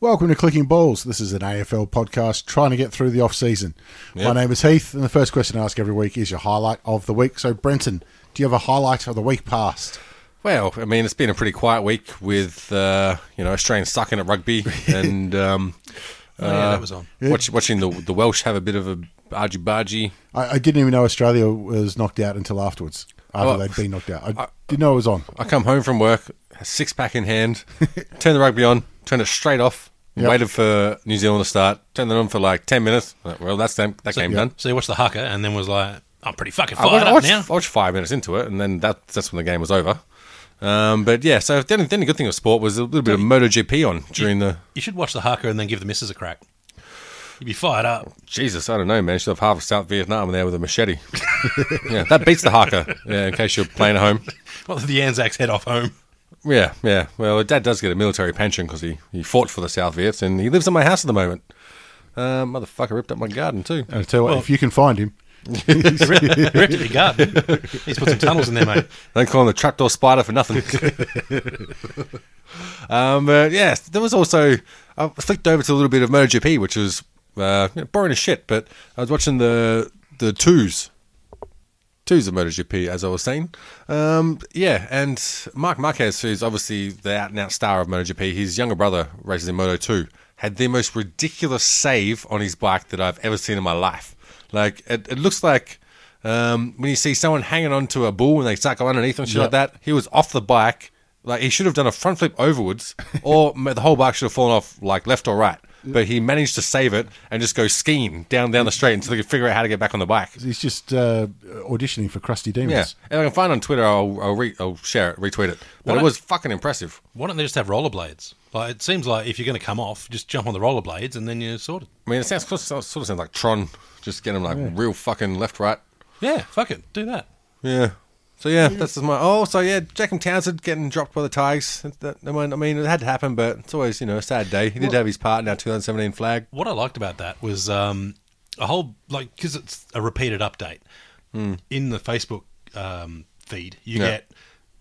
Welcome to Clicking Balls. This is an AFL podcast trying to get through the off season. Yep. My name is Heath, and the first question I ask every week is your highlight of the week. So, Brenton, do you have a highlight of the week past? Well, I mean, it's been a pretty quiet week with uh, you know Australians sucking at rugby and um, Oh, yeah, uh, that was on. watch, watching the the Welsh have a bit of a argy bargy. I, I didn't even know Australia was knocked out until afterwards. After Well, they'd been knocked out, I, didn't know it was on. I come home from work, a six pack in hand, turn the rugby on, turn it straight off. Yep. Waited for New Zealand to start. Turned it on for like ten minutes. Like, well, that's them, that game done. So you watched the haka and then was like, I'm pretty fucking I watched, fired I up watched- now. I watched five minutes into it, and then that, that's when the game was over. Um, but yeah, so the only, the only good thing of sport was a little bit of MotoGP on during the. You should watch the haka and then give the missus a crack. You'd be fired up. Jesus, I don't know, man. She'll have half of South Vietnam there with a machete. yeah, that beats the haka. Yeah, in case you're playing at home. Well, the Anzacs head off home. Yeah, yeah. Well, Dad does get a military pension because he, he fought for the South Viets, and he lives in my house at the moment. Uh, motherfucker ripped up my garden too. And I tell you what, if you can find him, He ripped it your garden. He's put some tunnels in there, mate. Don't call him the trapdoor spider for nothing. um, but yeah, there was also I flicked over to a little bit of MotoGP, which was uh, you know, boring as shit. But I was watching the the twos, twos of MotoGP, as I was saying. Um, yeah, and Mark Marquez, who's obviously the out and out star of MotoGP, his younger brother races in Moto Two, had the most ridiculous save on his bike that I've ever seen in my life. Like it, it looks like um, when you see someone hanging onto a bull and they start going underneath and shit like that, he was off the bike. Like he should have done a front flip overwards, or ma- the whole bike should have fallen off like left or right. But he managed to save it and just go skiing down down the street until he could figure out how to get back on the bike. he's just uh, auditioning for Krusty Yeah, Demons. if I can find it on Twitter, I'll I'll, re- I'll share it, retweet it. But What it a- was fucking impressive. Why don't they just have rollerblades? Like, it seems like if you're going to come off, just jump on the rollerblades and then you're sorted. I mean, it sounds sort of sort of sounds like Tron, just getting like real fucking left right. Yeah, fuck it. Do that. Yeah. So yeah, that's just my oh. So yeah, Jackham Townsend getting dropped by the Tigers. That, I mean- I mean, it had to happen, but it's always you know a sad day. He did have his part in our 2017 flag. What I liked about that was um, a whole, like, because it's a repeated update. In the Facebook um, feed, you Yeah. get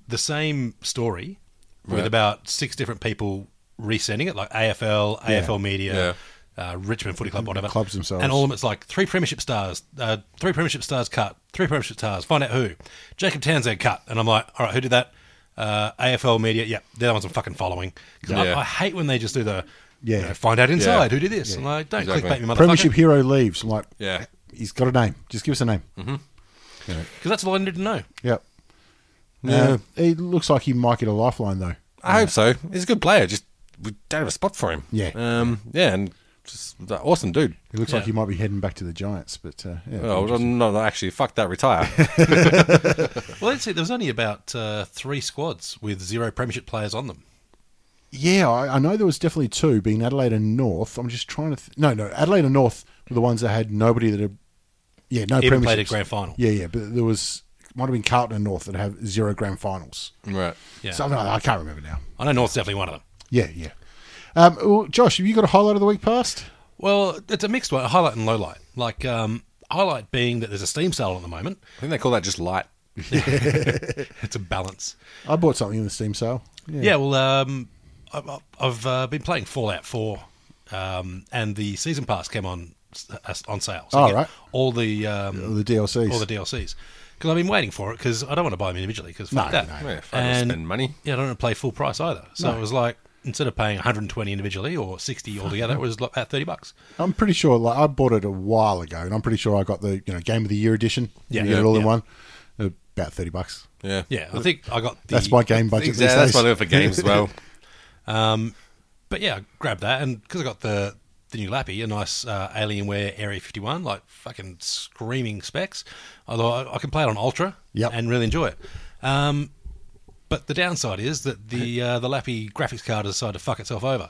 the same story Right. with about six different people resending it, like AFL, AFL Media, uh, Richmond Footy Club, whatever. clubs themselves. And all of them, it's like three premiership stars, uh, three premiership stars cut, three premiership stars, find out who. Jacob Townsend cut. And I'm like, all right, who did that? Uh, AFL Media, yeah, they're the ones I'm fucking following. 'Cause I- Yeah. I, hate when they just do the, Yeah. you know, find out inside Yeah. who did this. And like, don't Exactly. clickbait me, Premiership motherfucker. hero leaves. I'm like, Yeah. he's got a name. Just give us a name. Because that's all I needed to know. Yep. Uh, it looks like he might get a lifeline though. I hope so. He's a good player. Just we don't have a spot for him. Yeah. Um. Yeah, and just that awesome dude. It looks like he might be heading back to the Giants, but uh, yeah, Oh, well, no, no, actually, fuck that. Retire. Well, that's it. There was only about uh, three squads with zero premiership players on them. yeah. I, I know there was definitely two, being Adelaide and North. I'm just trying to th- no, no. Adelaide and North were the ones that had nobody that had yeah, no Even played a premierships. grand final. Yeah, yeah, but there was might have been Carlton and North that have zero grand finals. right. Yeah. Something like that. I can't remember now. I know North's definitely one of them. Yeah, yeah. Um, well, Josh, have you got a highlight of the week past? Well, it's a mixed one, a highlight and low light. Like um, highlight being that there's a steam sale at the moment. I think they call that just light. It's a balance. I bought something in the Steam sale. Yeah. well, um, I- I- I've uh, been playing Fallout Four, um, and the season pass came on s- uh, on sale. So you Oh, get right. All the um, All the DLCs. all the DLCs. Because I've been waiting for it because I don't want to buy them individually because No, fuck that. no. Yeah, fuck, I'll and spend money. yeah, I don't want to play full price either. So it was like, instead of paying 120 individually or 60 altogether, it was like about 30 bucks. I'm pretty sure. Like I bought it a while ago, and I'm pretty sure I got the you know Game of the Year edition. Yeah. you get it all in Yeah. one. About thirty bucks. Yeah. Yeah, I think I got the, That's my game budget. Exactly. these That's days. what I do for games as well. Um, but yeah, I grabbed that, and because I got the the new Lappy, a nice uh, Alienware Area 51, like fucking screaming specs. Although I, I can play it on Ultra Yep. and really enjoy it. Um, but the downside is that the uh, the Lappy graphics card has decided to fuck itself over,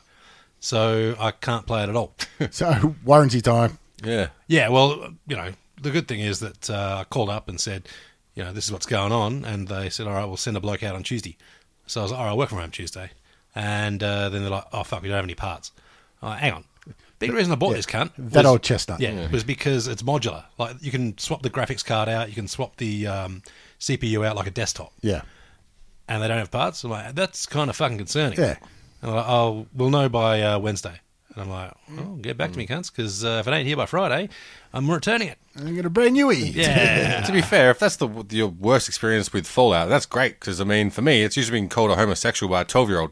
so I can't play it at all. So warranty time. Yeah. Yeah, well, you know, the good thing is that uh, I called up and said, you know, this is what's going on, and they said, all right, we'll send a bloke out on Tuesday. So I was like, all right, I'll work from home Tuesday, and uh, then they're like, oh fuck, we don't have any parts. I'm like, hang on, big reason I bought this cunt. That old chestnut. Yeah, was because it's modular. Like you can swap the graphics card out, you can swap the um, CPU out like a desktop, Yeah, and they don't have parts. I'm like, that's kind of fucking concerning. Yeah. And I'm like, oh, we'll know by uh, Wednesday. And I'm like, oh, Hmm. get back to me, cunts, because uh, if it ain't here by Friday, I'm returning it. I'm gonna brand new it. Yeah. To be fair, if that's the your worst experience with Fallout, that's great because I mean, for me, it's usually been called a homosexual by a twelve-year-old.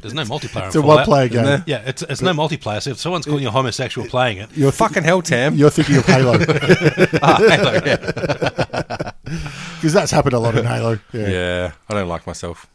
There's no multiplayer. It's a one-player game. Yeah, it's, it's no multiplayer. So if someone's calling you a homosexual playing it, You're thi- Fucking hell, Tam. You're thinking of Halo because Ah, Halo, yeah. that's happened a lot in Halo. Yeah. yeah, I don't like myself.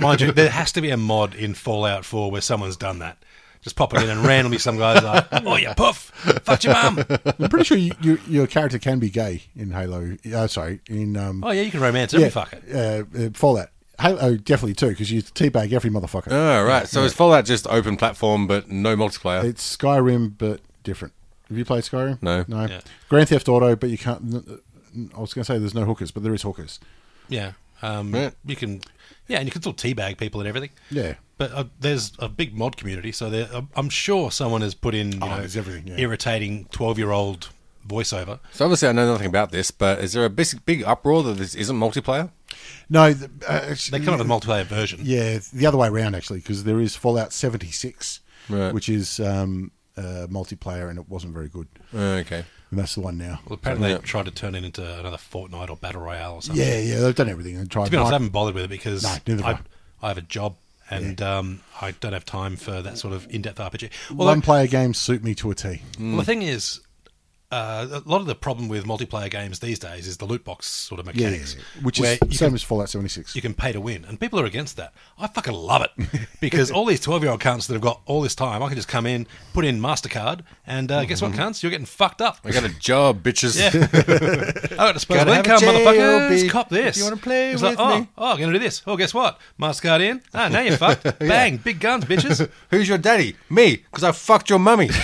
mind you, there has to be a mod in Fallout 4 where someone's done that. Just pop it in and randomly some guy's like, oh, you puff, fuck your mum. I'm pretty sure you, you, your character can be gay in Halo. Uh, sorry, in um, Oh, yeah, you can romance every yeah, fucker. uh, uh, Fallout. Halo oh, definitely too because you teabag every motherfucker. Oh, right. So is Fallout just open platform but no multiplayer? It's Skyrim, but different. Have you played Skyrim? No. No. Yeah. Grand Theft Auto, but you can't. n- n- I was going to say there's no hookers, but there is hookers. Yeah. Um, Yeah. You can, yeah, and you can still teabag people and everything. Yeah. But uh, there's a big mod community, so there, I'm- I'm sure someone has put in you know, Oh, there's everything, yeah. irritating 12 year old voiceover. So obviously, I know nothing about this, but is there a basic big uproar that this isn't multiplayer? No, the, uh, actually- They come up with a multiplayer version. Yeah, the other way around actually, because there is Fallout 76, Right. which is um, uh, multiplayer, and it wasn't very good. Okay. And that's the one now. Well, apparently Yeah. they tried to turn it into another Fortnite or Battle Royale or something. Yeah, yeah, they've done everything and tried. To be honest, I Like- haven't bothered with it because No, neither I, have I have a job and um, I don't have time for that sort of in-depth RPG. Although, one player games suit me to a T. well, the thing is, uh, a lot of the problem with multiplayer games these days is the loot box sort of Yeah, mechanics, which where is you same can, as Fallout 76. you can pay to win, and people are against that. I fucking love it because all these twelve-year-old cunts that have got all this time, I can just come in, put in Mastercard, and uh, guess Mm-hmm. what, cunts, you're getting fucked up. I got a job, bitches. Yeah. I got disposable Gotta have a income, JLB. motherfuckers. Cop this. If you wanna play It's with like, oh, me. Oh, I'm going to do this. Oh, guess what? Mastercard in. Ah, now you're fucked. Bang. Big guns, bitches. Who's your daddy? Me, because I fucked your mummy.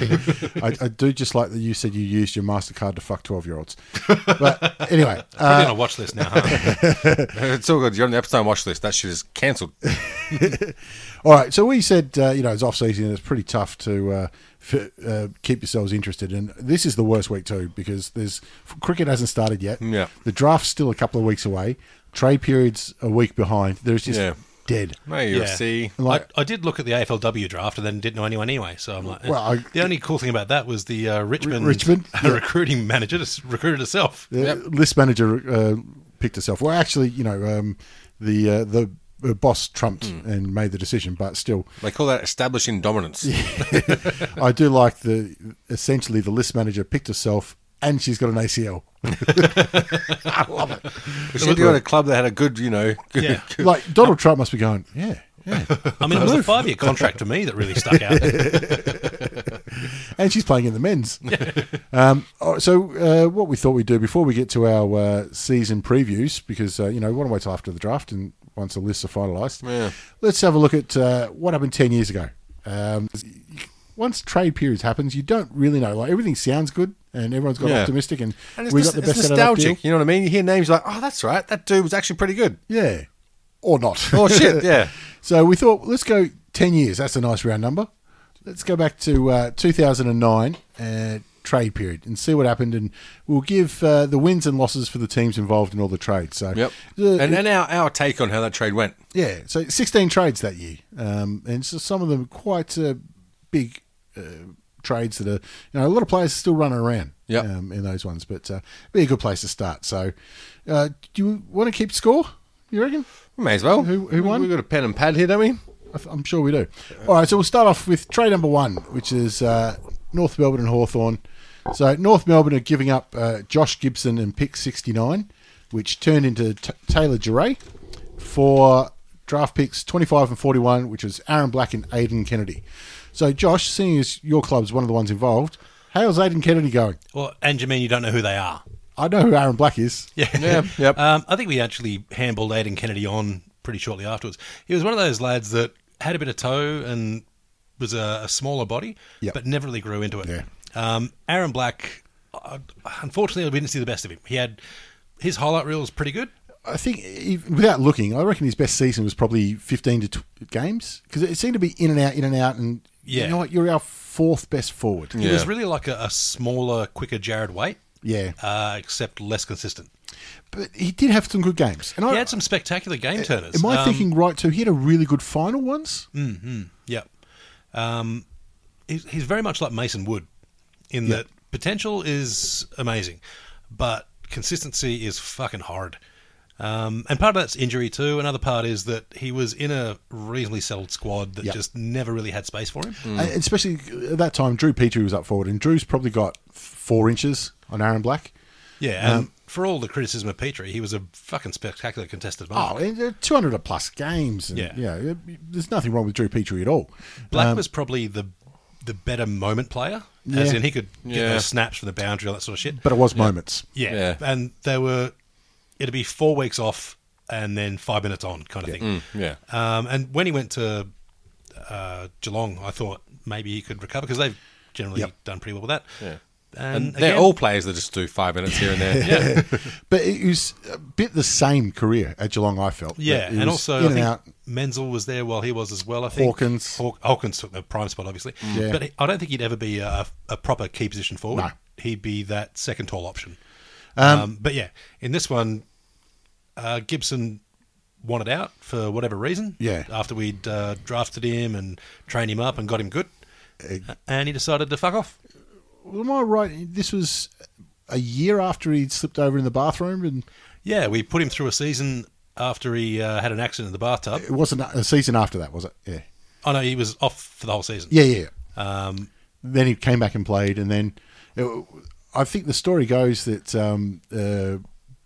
I, I do just like that you said you used your Mastercard to fuck 12 year olds. But anyway, uh, Probably on a watch list now, huh? it's all good. You're on the Epstein watch list. That shit is cancelled. all right. So we said uh, you know it's off season and it's pretty tough to uh, f- uh, keep yourselves interested. And this is the worst week too because there's cricket hasn't started yet. Yeah. The draft's still a couple of weeks away. Trade period's a week behind. There's just Yeah. dead. No UFC. Like- I, I did look at the AFLW draft and then didn't know anyone anyway. So I'm like, eh. Well, I- the only cool thing about that was the uh, Richmond, Richmond, uh, yeah. recruiting manager just recruited herself. The list manager uh, picked herself. Well, actually, you know, um, the uh, the uh, boss trumped Hmm. and made the decision, but still, They call that establishing dominance. I do like the essentially the list manager picked herself and she's got an ACL. I love it. We should do it at a club that had a good, you know. Good, Yeah. good- Like Donald Trump must be going, yeah, yeah. I mean, it was the five year contract for me that really stuck out. And she's playing in the men's. um, all right, so uh, what we thought we'd do before we get to our uh, season previews, because uh, you know we want to wait till after the draft and once the lists are finalised. Yeah. Let's have a look at uh, what happened ten years ago. Um, once trade periods happens, you don't really know. Like everything sounds good and everyone's got Yeah. optimistic and, And it's, we nos- got the it's best out of that deal. nostalgic. You know what I mean? You hear names you're like, oh, that's right. That dude was actually pretty good. Yeah. Or not. Oh, shit. Yeah. So we thought, let's go 10 years. That's a nice round number. Let's go back to uh, 2009 uh, trade period and see what happened. And we'll give uh, the wins and losses for the teams involved in all the trades. So, Yep. Uh, and and our, our take on how that trade went. yeah, so 16 trades that year. Um, and so some of them quite uh, big uh, trades that are, you know, a lot of players still running around Yep. um, in those ones. But uh, be a good place to start. So uh, do you want to keep score, you reckon? May as well. Who- who won? We've got a pen and pad here, don't we? I th- I'm sure we do. All right, so we'll start off with trade number one, which is uh, North Melbourne and Hawthorn. So North Melbourne are giving up uh, Josh Gibson and pick 69, which turned into t- Taylor Giray for draft picks 25 and 41, which was Aaron Black and Aiden Kennedy. So Josh, seeing as your club's one of the ones involved, how's Aiden Kennedy going? Well, and you mean you don't know who they are? I know who Aaron Black is. Yeah. Yeah, yep. Um, I think we actually handballed Aiden Kennedy on pretty shortly afterwards. He was one of those lads that had a bit of toe and was a, a smaller body, Yep. but never really grew into it. Yeah. Um, Aaron Black, uh, unfortunately, we didn't see the best of him. He had his highlight reel was pretty good. I think, if- without looking, I reckon his best season was probably 15 to tw games because it seemed to be in and out, in and out, and Yeah. you know what? You're our fourth best forward. He was Yeah. really like a, a smaller, quicker Jared Waite, Yeah, uh, except less consistent. but he did have some good games. And He I, had some spectacular game turners. am I Um, Hmm. thinking right too? He had a really good final once. Yep. Um, he's, he's very much like Mason Wood in that potential is amazing, but consistency is fucking hard. Um, and part of that's injury too. Another part is that he was in a reasonably settled squad that Yep. Mm. just never really had space for him. And Uh, Especially at that time, Drew Petrie was up forward, and Drew's probably got four inches on Aaron Black. Um, Yeah, and for all the criticism of Petrie, he was a fucking spectacular contested Oh, mark. and they're 200 or plus games. And, Hmm. Yeah. yeah. There's nothing wrong with Drew Petrie at all. Black um, was probably the the better moment player, as Yeah. in he could get Yeah. those snaps from the boundary, all that sort of shit. But it was moments. Yeah. Yeah. And they were, it'd be four weeks off and then five minutes on kind of thing. Yeah. Mm. Um, and when he went to uh, Geelong, I thought maybe he could recover because they've generally Yep. done pretty well with that. Yeah. And, And, they're again- all players that just do five minutes here and there. yeah. But it was a bit the same career at Geelong, I felt. Yeah, It and was also in I and think out. Menzel was there while he was as well. I think Hawkins. Haw- Hawkins took the prime spot, obviously. Yeah. But he- I don't think he'd ever be a, a proper key position forward. No. He'd be that second tall option. Um, but yeah, in this one, uh, Gibson wanted out for whatever reason. Yeah. After we'd uh, drafted him and trained him up and got him good, E-, and he decided to fuck off. Well, am I right? This was a year after he'd slipped over in the bathroom, and Yeah, we put him through a season after he uh, had an accident in the bathtub. it wasn't a season after that, was it? Yeah, Oh no, he was off for the whole season. yeah, yeah. Um, Then he came back and played, and then it, I think the story goes that um, uh,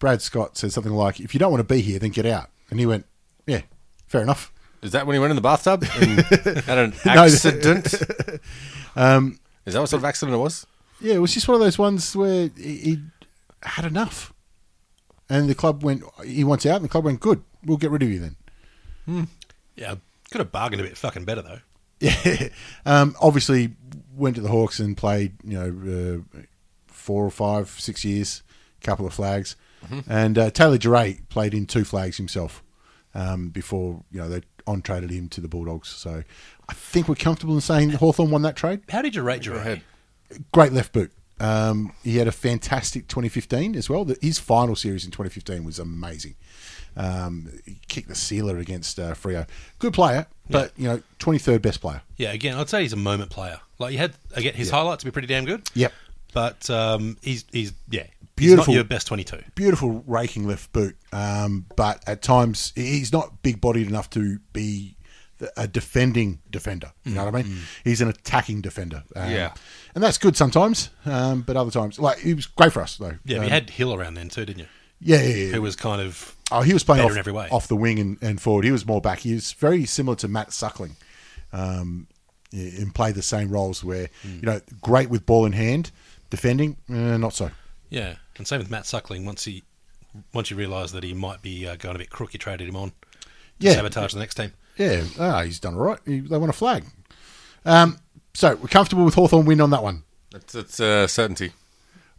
Brad Scott said something like, "If you don't want to be here, then get out." And he went, "Yeah, fair enough." Is that when he went in the bathtub and had an No. Um, accident? Is that what sort of accident it was? Yeah, it was just one of those ones where he, he had enough, and the club went, "He wants out," and the club went, "Good, we'll get rid of you then." yeah, could have bargained a bit fucking better though. Yeah. Um, obviously, went to the Hawks and played, you know, uh, four or five, six years, couple of flags. And uh, Taylor Duray played in two flags himself um, before, you know, they on traded him to the Bulldogs. So I think we're comfortable in saying Hawthorn won that trade. How did you rate Jerome? ahead. Great left boot. Um, he had a fantastic 2015 as well. The- His final series in 2015 was amazing. Um, he kicked the sealer against uh, Frio. Good player, but, you know, 23rd best player. Yeah, again, I'd say he's a moment player. Like he had again his highlights were pretty damn good. Yep. But um, he's he's yeah He's Beautiful. not your best twenty two. beautiful raking left boot, um, but at times he's not big bodied enough to be th- a defending defender. You know what I mean? Mm-hmm. He's an attacking defender. Um, Yeah. and that's good sometimes, um, but other times, like he was great for us though. Yeah, Um, but you had Hill around then too, didn't you? yeah, yeah, yeah. Who was kind of Oh, he was playing better off, in every way. off the wing and, and forward. He was more back. He was very similar to Matt Suckling, um, i- and played the same roles where Hmm. you know great with ball in hand, defending, uh, not so. yeah, and same with Matt Suckling. Once he once you realise that he might be uh, going a bit crook, you traded him on. to Yeah. sabotage the next team. Yeah, ah, he's done all right. He, they want a flag. Um, so we're comfortable with Hawthorn win on that one. That's, that's uh, certainty.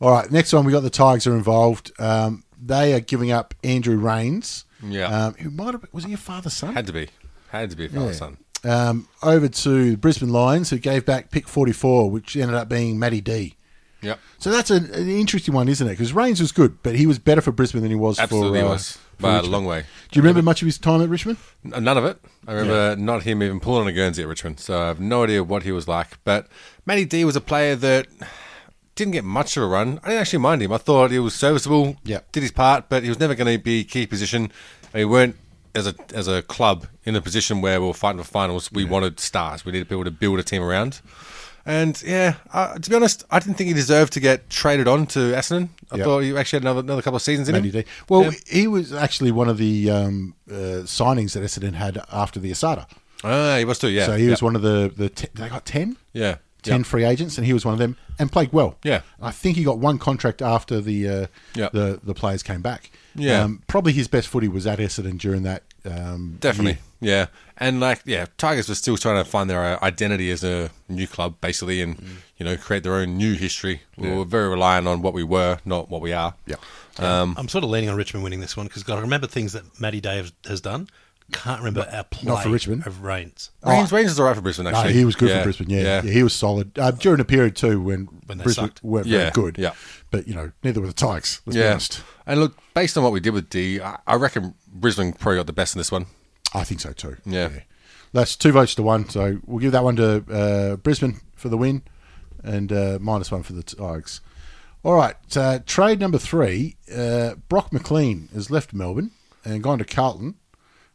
All right, next one we got the Tigers are involved. Um, they are giving up Andrew Rains. Yeah. um, who might have was he your father's son? Had to be. Had to be for Yeah. our son. Um, over to the Brisbane Lions, who gave back pick forty four, which ended up being Matty D. Yep. So that's an, an interesting one, isn't it? Because Rains was good, but he was better for Brisbane than he was Absolutely for. uh, was. for By a Richmond. long way. Do you remember much of his time at Richmond? N- None of it. I remember not him even pulling a Guernsey at Richmond, so I have no idea what he was like. But Matty D was a player that didn't get much of a run. I didn't actually mind him. I thought he was serviceable, Yeah. did his part, but he was never going to be key position. They weren't as a as a club in a position where we were fighting for finals. We wanted stars. We needed people to build a team around. And yeah, uh, to be honest, I didn't think he deserved to get traded on to Essendon. I Yeah. thought he actually had another another couple of seasons in Matty him. D. Well, Yeah. he was actually one of the um, uh, signings that Essendon had after the Asada. Ah, he was too. Yeah. so he was yeah. one of the the te- they got ten. Yeah. 10 free agents, and he was one of them, and played well. Yeah. I think he got one contract after the uh, Yeah. the the players came back. Um, Yeah. probably his best footy was at Essendon during that. Um, Definitely. year. Yeah. And like, yeah, Tigers were still trying to find their identity as a new club, basically, and, you know, create their own new history. We were very reliant on what we were, not what we are. Yeah. I'm sort of leaning on Richmond winning this one because I remember things that Matty Day has- has done. Can't remember our play for Richmond. of Reigns. Rangers, Rangers are right for Brisbane, No, actually. he was good Yeah. for Brisbane. Yeah, yeah. he was solid uh, during a period too when, When they Brisbane sucked. weren't Yeah, very good. yeah. but you know, neither were the Tigers. Let's be Yeah. honest. And look, based on what we did with D, I, I reckon Brisbane probably got the best in this one. I think so too. Yeah. that's two votes to one. So we'll give that one to uh, Brisbane for the win, and uh, minus one for the Tigers. All right, uh, trade number three. Uh, Brock McLean has left Melbourne and gone to Carlton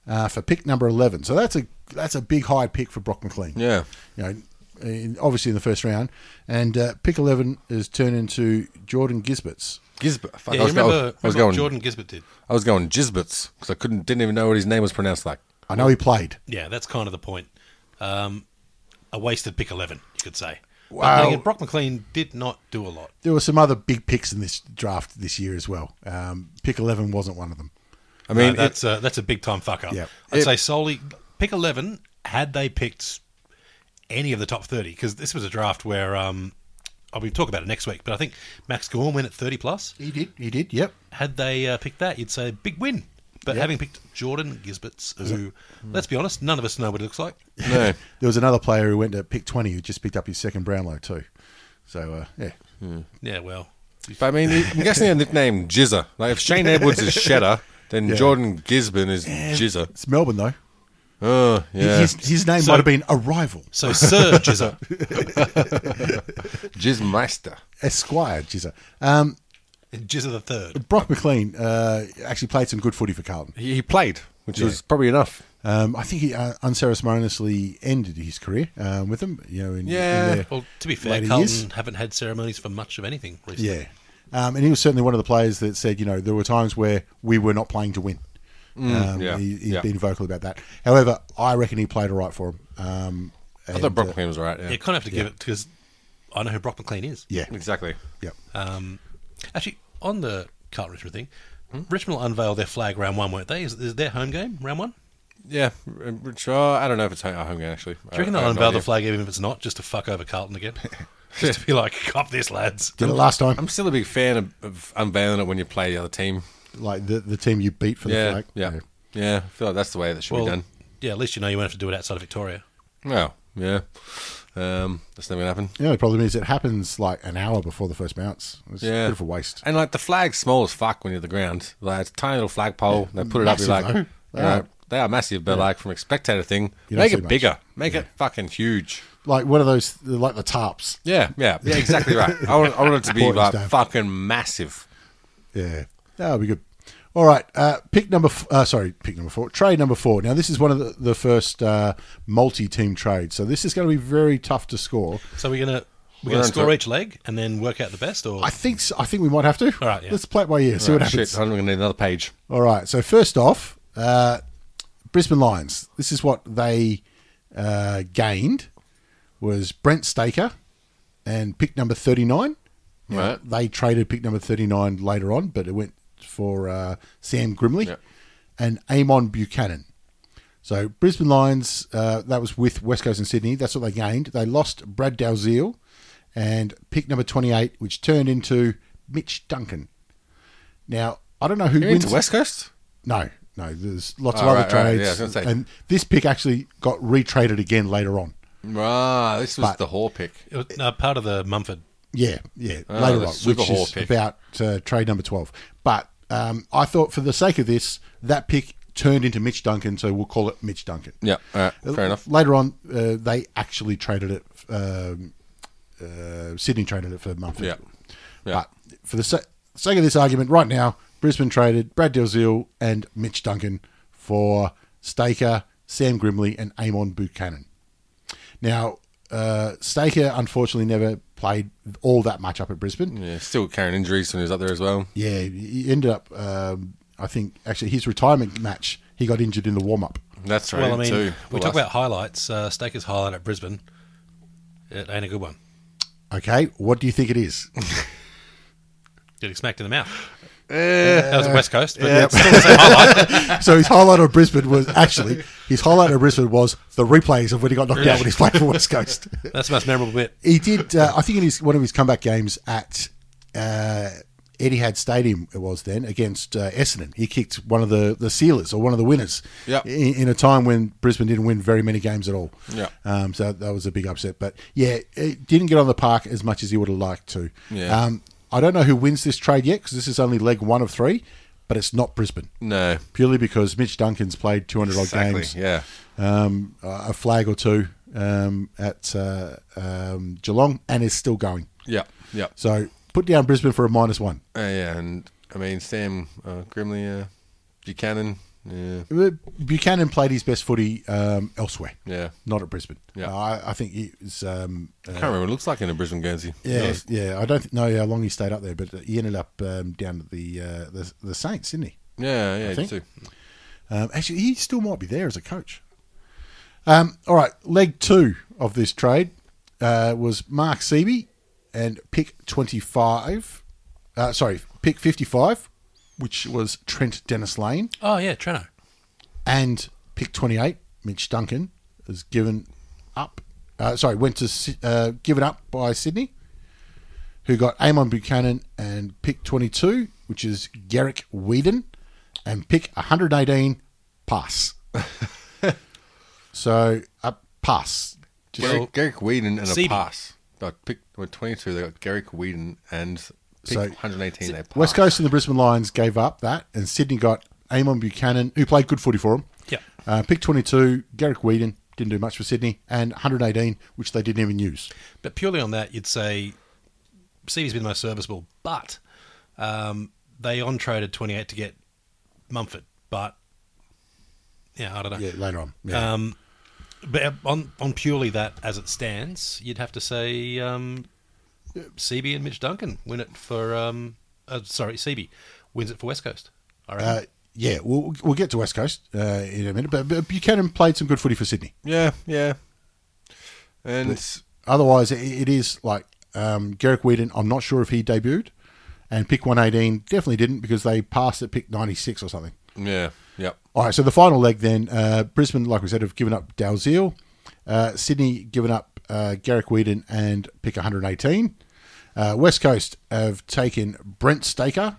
uh, for pick number eleven. So that's a that's a big high pick for Brock McLean. Yeah. you know, in, obviously in the first round, and uh, pick eleven has turned into Jordan Gisbert's. Gisbert. Fuck, I Yeah, you was, go- I remember, was remember what going. Jordan Gisbert did. I was going Gisbert's because I couldn't didn't even know what his name was pronounced like. I know he played. Yeah, that's kind of the point. Um, a wasted pick 11, you could say. But then Wow. again, Brock McLean did not do a lot. There were some other big picks in this draft this year as well. Um, pick eleven wasn't one of them. I mean, No, that's a, that's a big time fuck up. Yeah. I'd It- say solely pick eleven. Had they picked any of the top thirty, because this was a draft where um, I'll be talking about it next week. But I think Max Gorn went at thirty plus. He did. He did. Yep. Had they uh, picked that, you'd say big win. But having picked Jordan Gisberts, who let's be honest, none of us know what he looks like. it- no. There was another player who went to pick 20 who just picked up his second Brownlow, too. So, uh, yeah. Yeah, well, But I mean, I'm guessing their nickname Jizzer. Like if Shane Edwards is Shedder, then Jordan Gisborne is Jizzer. It's Melbourne, though. Oh, Mm. yeah. His, his name So- might have been Arrival. so Sir Gizzer. Jizzmeister. Esquire, Jizzer. Um, Gizzer the third. Brock McLean uh, actually played some good footy for Carlton. He, he played, which was probably enough. Um, I think he uh, unceremoniously ended his career um, with them. You know, in, in Yeah. their- Well, to be fair, Later Carlton years. haven't had ceremonies for much of anything recently. Yeah. Um, and he was certainly one of the players that said, you know, there were times where we were not playing to win. um, Mm, yeah, He, has yeah. been vocal about that. However, I reckon he played all right for him. Um, I thought Brock McLean was all right. Yeah. You kind of have to give it because I know who Brock McLean is. yeah. Exactly. Yep. Uh, Um, actually, on the Carlton Richmond thing, Richmond will unveil their flag round one, won't they? Is, is their home game round one? Yeah. Which, uh, I don't know if it's home, home game, actually. Do you reckon I- Uh, I they'll have no unveil the idea. flag even if it's not, just to fuck over Carlton again? just to be like, cop this, lads. Did it last time. I'm still a big fan of, of unveiling it when you play the other team. like the the team you beat for the Yeah. flag. Yeah. Yeah. I feel like that's the way that should Well, be done. yeah, at least you know you won't have to do it outside of Victoria. Well, yeah. Um, that's never going to happen. You know, the problem is it happens like an hour before the first bounce. It's Yeah. a bit of a waste. And like the flag's small as fuck when you're at the ground. Like it's a tiny little flagpole. They put it up. You're like, Massive, though. you know, they are massive, but like from a spectator thing, You don't make see it much. bigger. Make it fucking huge. Like one of those, like the tarps. Yeah, yeah, yeah. Exactly right. I want, I want it to be Important like stuff. fucking massive. Yeah, that would be good. All right, uh, pick number. F- uh, sorry, pick number four. Trade number four. Now this is one of the, the first uh, multi-team trades, so this is going to be very tough to score. So we're gonna we're, We're gonna on score top. each leg and then work out the best, or I think. s- I think we might have to. All right, yeah. Let's play it by ear. See what Right, happens. shit, I'm gonna need another page. All right. So first off, uh, Brisbane Lions. This is what they uh, gained was Brent Staker and pick number thirty nine. Right. They traded pick number thirty nine later on, but it went for uh, Sam Grimley Yeah. and Amon Buchanan. So Brisbane Lions. Uh, that was with West Coast and Sydney. That's what they gained. They lost Brad Dalziel and pick number twenty eight, which turned into Mitch Duncan. Now I don't know who You mean wins to West Coast? no, no. There's lots Oh, of other right, right, yeah, I was trades, gonna say. and this pick actually got retraded again later on. Right. This was But- the whore pick. It was- no, part of the Mumford? Yeah, yeah, Oh, later the on, Super which Hall is pick. about uh, trade number twelve. But um, I thought, for the sake of this, that pick turned into Mitch Duncan, so we'll call it Mitch Duncan. Yeah. All right. Fair enough. Later on, uh, they actually traded it. Um, uh, Sydney traded it for Mumford. Yeah. Yeah. But for the sa- sake of this argument, right now, Brisbane traded Brad Delzeel and Mitch Duncan for Staker, Sam Grimley, and Amon Buchanan. Now, uh, Staker unfortunately never played all that much up at Brisbane. Yeah, still carrying injuries when he was up there as well. Yeah, he ended up, um, I think, actually, his retirement match, he got injured in the warm up. That's right, Well, I mean, too. we Well, talk that's- about highlights. Uh, Staker's highlight at Brisbane, it ain't a good one. Okay, what do you think it is? Did he smacked in the mouth? that was the West Coast, but it's still so his highlight of Brisbane was actually his highlight of Brisbane was the replays of when he got knocked out when he's playing for West Coast. That's the most memorable bit. he did. Uh, I think in his one of his comeback games at uh, Etihad Stadium, it was then against uh, Essendon. He kicked one of the the sealers or one of the winners. Yep. In, in a time when Brisbane didn't win very many games at all. Yep. Um, so that was a big upset. But yeah, it didn't get on the park as much as he would have liked to. Yeah. Um, I don't know who wins this trade yet because this is only leg one of three, but it's not Brisbane No. purely because Mitch Duncan's played 200 odd Exactly. games, Yeah. um, a a flag or two um, at uh, um, Geelong, and is still going. Yeah. Yeah. So put down Brisbane for a minus one. Uh, yeah. And I mean, Sam uh, Grimley, uh, Buchanan. Yeah. Uh, Buchanan played his best footy um, elsewhere, Yeah. not at Brisbane. Yeah. I, I think he was. Um, uh, Can't remember what it looks like in a Brisbane Guernsey. yeah, yeah. I don't know how long he stayed up there, but he ended up um, down at the, uh, the the Saints, didn't he? Yeah. Yeah. I think. too. Um, actually, he still might be there as a coach. Um, all right, leg two of this trade uh, was Mark Seaby and pick 25. Uh, sorry, pick 55, which was Trent Dennis Lane, Oh yeah, Treno. and pick 28, Mitch Duncan, is given up. Uh, sorry, went to Sy- uh, given up by Sydney, who got Amon Buchanan and pick 22, which is Garrick Whedon, and pick 118, pass. so up pass. Just Garrick, Garrick Whedon and CB. a pass. I picked well, 22. They got Garrick Whedon and pick So- 118. they passed. West Coast and the Brisbane Lions gave up that, and Sydney got Amon Buchanan, who played good footy for them. Yep. Uh, pick 22, Garrick Whedon, didn't do much for Sydney, and 118, which they didn't even use. But purely on that, you'd say Stevie's been the most serviceable, but um, they on traded 28 to get Mumford, but yeah, I don't know. Yeah, later on. Yeah. Um, but on on purely that as it stands, you'd have to say um, CB and Mitch Duncan win it for. Um, uh, sorry, CB wins it for West Coast. All right. Uh, yeah, we'll, we'll get to West Coast uh, in a minute, but, but Buchanan played some good footy for Sydney. Yeah. Yeah. And it's Otherwise, it, it is like um, Garrick Whedon, I'm not sure if he debuted, and pick 118 definitely didn't because they passed at pick 96 or something. yeah. Yep. All right, so the final leg then, uh, Brisbane, like we said, have given up Dalziel. Uh, Sydney given up uh, Garrick Whedon and pick 118. Uh, West Coast have taken Brent Staker,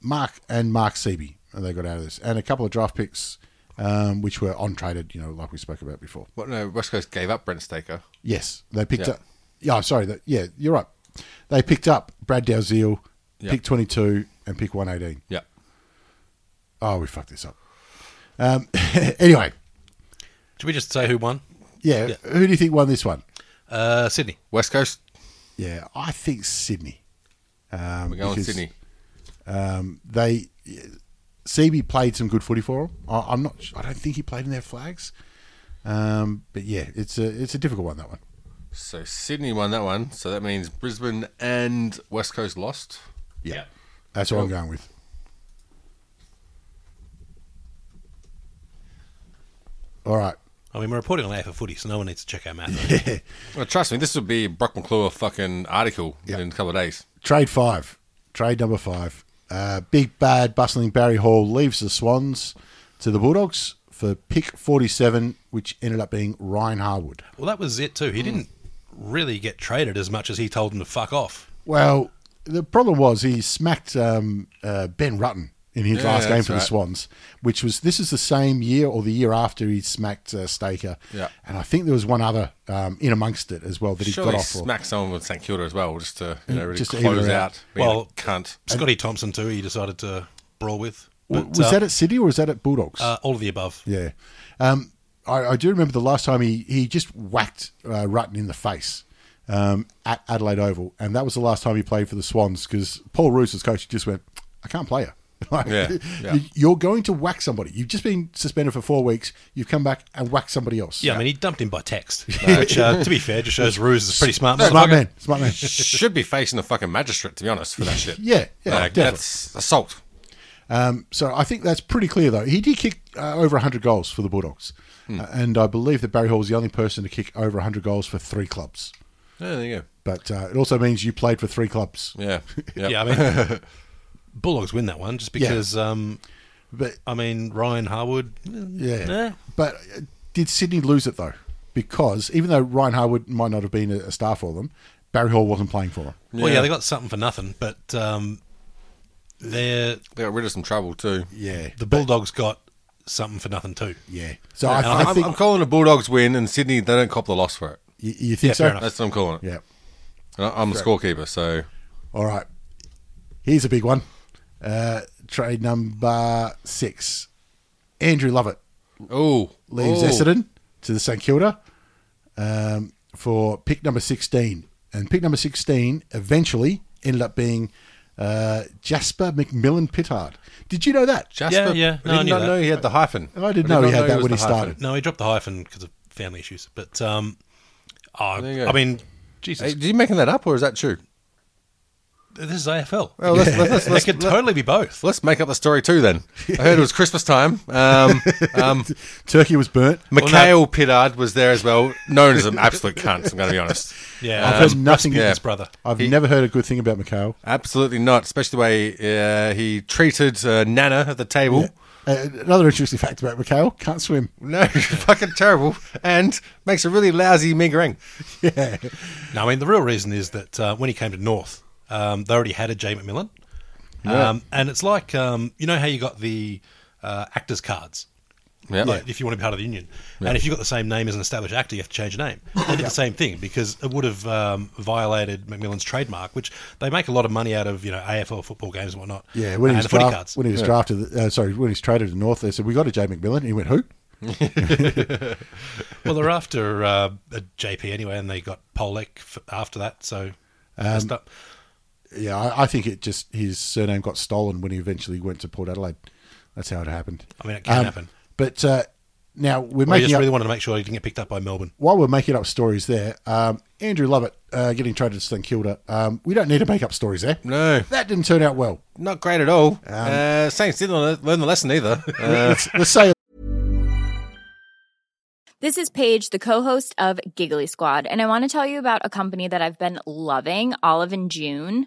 Mark and Mark Seaby. and They got out of this. And a couple of draft picks, um, which were on-traded, you know, like we spoke about before. What? No. West Coast gave up Brent Staker. Yes, they picked Yeah. up. Yeah, sorry. That, yeah, you're right. They picked up Brad Dalziel, Yeah. pick 22 and pick 118. Yeah. Oh, we fucked this up. Um, anyway, Should we just say who won? yeah, who do you think won this one? Uh, Sydney. West Coast. Yeah, I think Sydney. Um, We're going because, Sydney. Um, they CB played some good footy for them. I, I'm not. I don't think he played in their flags. Um, but yeah, it's a it's a difficult one that one. So Sydney won that one. So that means Brisbane and West Coast lost. Yeah. That's what I'm going with. All right. I mean, Oh, we're reporting on AFL footy, so no one needs to check our math. Well, trust me, this would be a Brock McClure fucking article in a couple of days. Trade five. Trade number five. Uh, big bad bustling Barry Hall leaves the Swans to the Bulldogs for pick 47, which ended up being Ryan Harwood. Well, that was it too. He didn't really get traded as much as he told him to fuck off. Well, the problem was he smacked um, uh, Ben Rutten in his Yeah, last game that's for the right. Swans, which was this is the same year or the year after he smacked uh, Staker. Yeah. And I think there was one other um, in amongst it as well that he Surely got off for. smack someone with St Kilda as well, just to you know, really Mm, Just to even close it out. out. being a Well- cunt. Scotty Thompson too. He decided to brawl with. W- But, was uh, that at City or was that at Bulldogs? uh, all of the above? yeah. Um, I, I do remember the last time he, he just whacked uh, Rutten in the face. Um, at Adelaide Oval, and that was the last time he played for the Swans because Paul Roos, as coach, just went, "I can't play her." Like, Yeah, yeah. you- You're going to whack somebody. You've just been suspended for four weeks. You've come back and whacked somebody else. Yeah, I mean, he dumped him by text, which, uh, to be fair, just shows Ruse is a pretty smart. No, man. Smart man. Smart man. Should be facing a fucking magistrate, to be honest, for that shit. Yeah, yeah, Like, definitely. that's assault. Um, so I think that's pretty clear, though. He did kick uh, over 100 goals for the Bulldogs. Hmm. Uh, and I believe that Barry Hall was the only person to kick over 100 goals for three clubs. Yeah, there you go. But uh, it also means you played for three clubs. Yeah, yeah. Yeah, I mean, Bulldogs win that one just because. Um, But I mean, Ryan Harwood. yeah. eh, But uh, did Sydney lose it, though? Because even though Ryan Harwood might not have been a a star for them, Barry Hall wasn't playing for them. Well, yeah, Yeah. they got something for nothing, but um, they're They got rid of some trouble too. Yeah. the Bulldogs got something for nothing too. Yeah. So And I, I I'm, think I'm calling the Bulldogs win, and Sydney they don't cop the loss for it. you, you think Yeah, fair so? enough. That's what I'm calling it. Yeah. And I- I'm the scorekeeper, so All right. Here's a big one. Uh, trade number six. Andrew Lovett oh leaves oh. Essendon to the St Kilda um, for pick number 16. And pick number 16 eventually ended up being uh, Jasper McMillan Pittard. Did you know that? Jasper, Yeah, yeah. No, I I did knew not that. know he had the hyphen. I didn't did know not he had that was when he the hyphen. started. No, he dropped the hyphen because of family issues, but um, oh, There you go. I mean, Jesus, Hey, did you making that up, or is that true? this is AFL. Well, let's, let's, let's, they let's, could totally be both. let's make up the story too. Then I heard it was Christmas time. Um, um, Turkey was burnt. Um, Mikhail Pittard was there as well, known as an absolute cunt. I'm going to be honest. Yeah, I've heard um, nothing- Rasmusen's Yeah. brother. I've never heard a good thing about Mikhail. Absolutely not. Especially the way uh, he treated uh, Nana at the table. Uh, another interesting fact about Mikhail can't swim. No, fucking terrible, and makes a really lousy Ming ring. No, I mean the real reason is that uh, when he came to North, um, they already had a Jay McMillan, um, and it's like um, you know how you got the uh, actors cards. Yeah. like, if you want to be part of the union, and if you have got the same name as an established actor, you have to change your name. They did the same thing because it would have um, violated Macmillan's trademark, which they make a lot of money out of you know AFL football games and whatnot. Yeah, when he and was, the footy draft- cards. when he was drafted, uh, sorry, when he's traded to North, they said, We got a Jay McMillan. And he went, Who? Um, Well, they're after uh, a JP anyway, and they got Polek f- after that. Um, So messed up. Yeah, I, I think it just his surname got stolen when he eventually went to Port Adelaide. That's how it happened. I mean, it can happen. But uh, now we're I um, making just up, really wanted to make sure he didn't get picked up by Melbourne. while we're making up stories there. Um, Andrew Lovett uh, getting traded to St Kilda. Um, we don't need to make up stories there. No, That didn't turn out well. not great at all. uh, Saints didn't le- learn the lesson either. Uh, Let's, let's say This is Paige, the co-host of Giggly Squad, and I want to tell you about a company that I've been loving, Olive and June.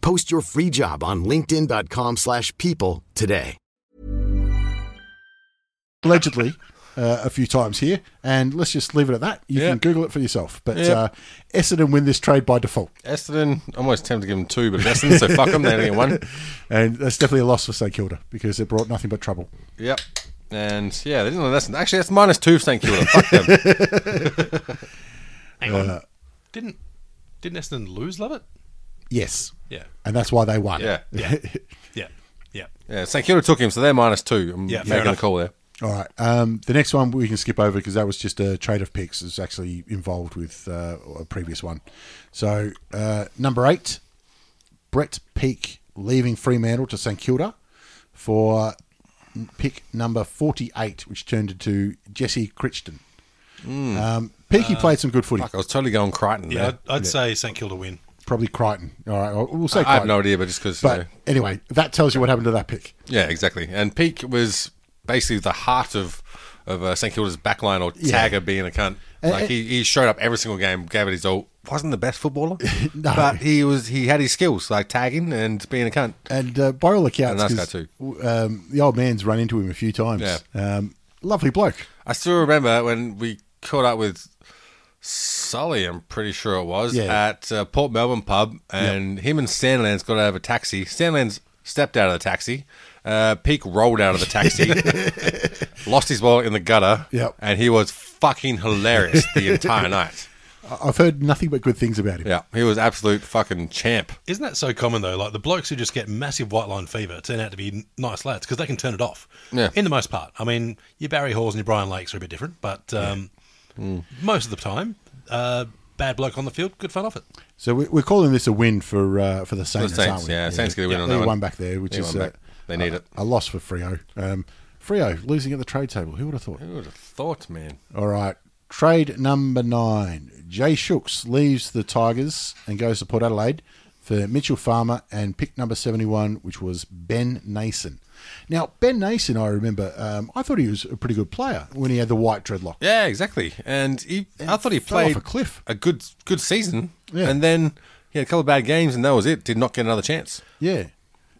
Post your free job on linkedin.com/people slash people today. allegedly uh, a few times here, and let's just leave it at that. You Yeah. can Google it for yourself. But Yeah. uh, Essendon win this trade by default, Essendon, I'm always tempted to give them two, but it's Essendon, so fuck them. They only get one. and that's definitely a loss for St Kilda because it brought nothing but trouble. Yep. And yeah, they didn't learn the lesson. Actually, that's minus two for St Kilda. Fuck them. Hang on, didn't didn't Essendon lose Lovett? Yes, Yeah, and that's why they won. Yeah. yeah, yeah, yeah. Yeah, St Kilda took him, so they're minus two. I'm Yeah, fair making the enough. call there. All right. Um, the next one we can skip over because that was just a trade of picks. It's actually involved with uh, a previous one. So uh, number eight, Brett Peak leaving Fremantle to St Kilda for pick number forty-eight, which turned into Jesse Crichton. Um, Peaky played some good footy. Hmm. Uh, Fuck, I was totally going Crichton. Yeah, there. I'd, I'd say St Kilda win. Probably Crichton. All right, well, we'll say I have Crichton. no idea, but just because. But anyway, that tells you what happened to that pick. yeah, exactly. And Peak was basically the heart of of uh, St Kilda's backline or Yeah. Tagger being a cunt. And- Like he, he showed up every single game, gave it his all. Wasn't the best footballer, No. but he was. He had his skills, like tagging and being a cunt. And uh, by all accounts, A nice guy 'cause, too. w- Um, the old man's run into him a few times. Yeah. Um, lovely bloke. I still remember when we caught up with Sully, I'm pretty sure it was, Yeah. at uh, Port Melbourne pub, and him and Sandlands got out of a taxi. Sandlands stepped out of the taxi. Uh, Peak rolled out of the taxi, lost his wallet in the gutter, Yep. and he was fucking hilarious the entire night. I- I've heard nothing but good things about him. Yeah, he was absolute fucking champ. Isn't that so common though? Like the blokes who just get massive white line fever turn out to be n- nice lads because they can turn it off. Yeah. In the most part, I mean, your Barry Halls and your Brian Lakes are a bit different, but um, most of the time, uh, bad bloke on the field, good fun off it. So we- we're calling this a win for uh, for the Saints, Saints, aren't we? yeah, Saints get a win on that They're one. one back there, which They're is one uh, back. They need a, it. A loss for Frio. Um, Frio losing at the trade table. Who would have thought? Who would have thought, man? All right. Trade number nine. Jay Shooks leaves the Tigers and goes to Port Adelaide for Mitchell Farmer and pick number 71, which was Ben Nason. Now, Ben Nason, I remember, um, I thought he was a pretty good player when he had the white dreadlock. Yeah, exactly. And he, I thought he fell off played a cliff. a good good season, Yeah. and then he had a couple of bad games, and that was it. Did not get another chance. Yeah.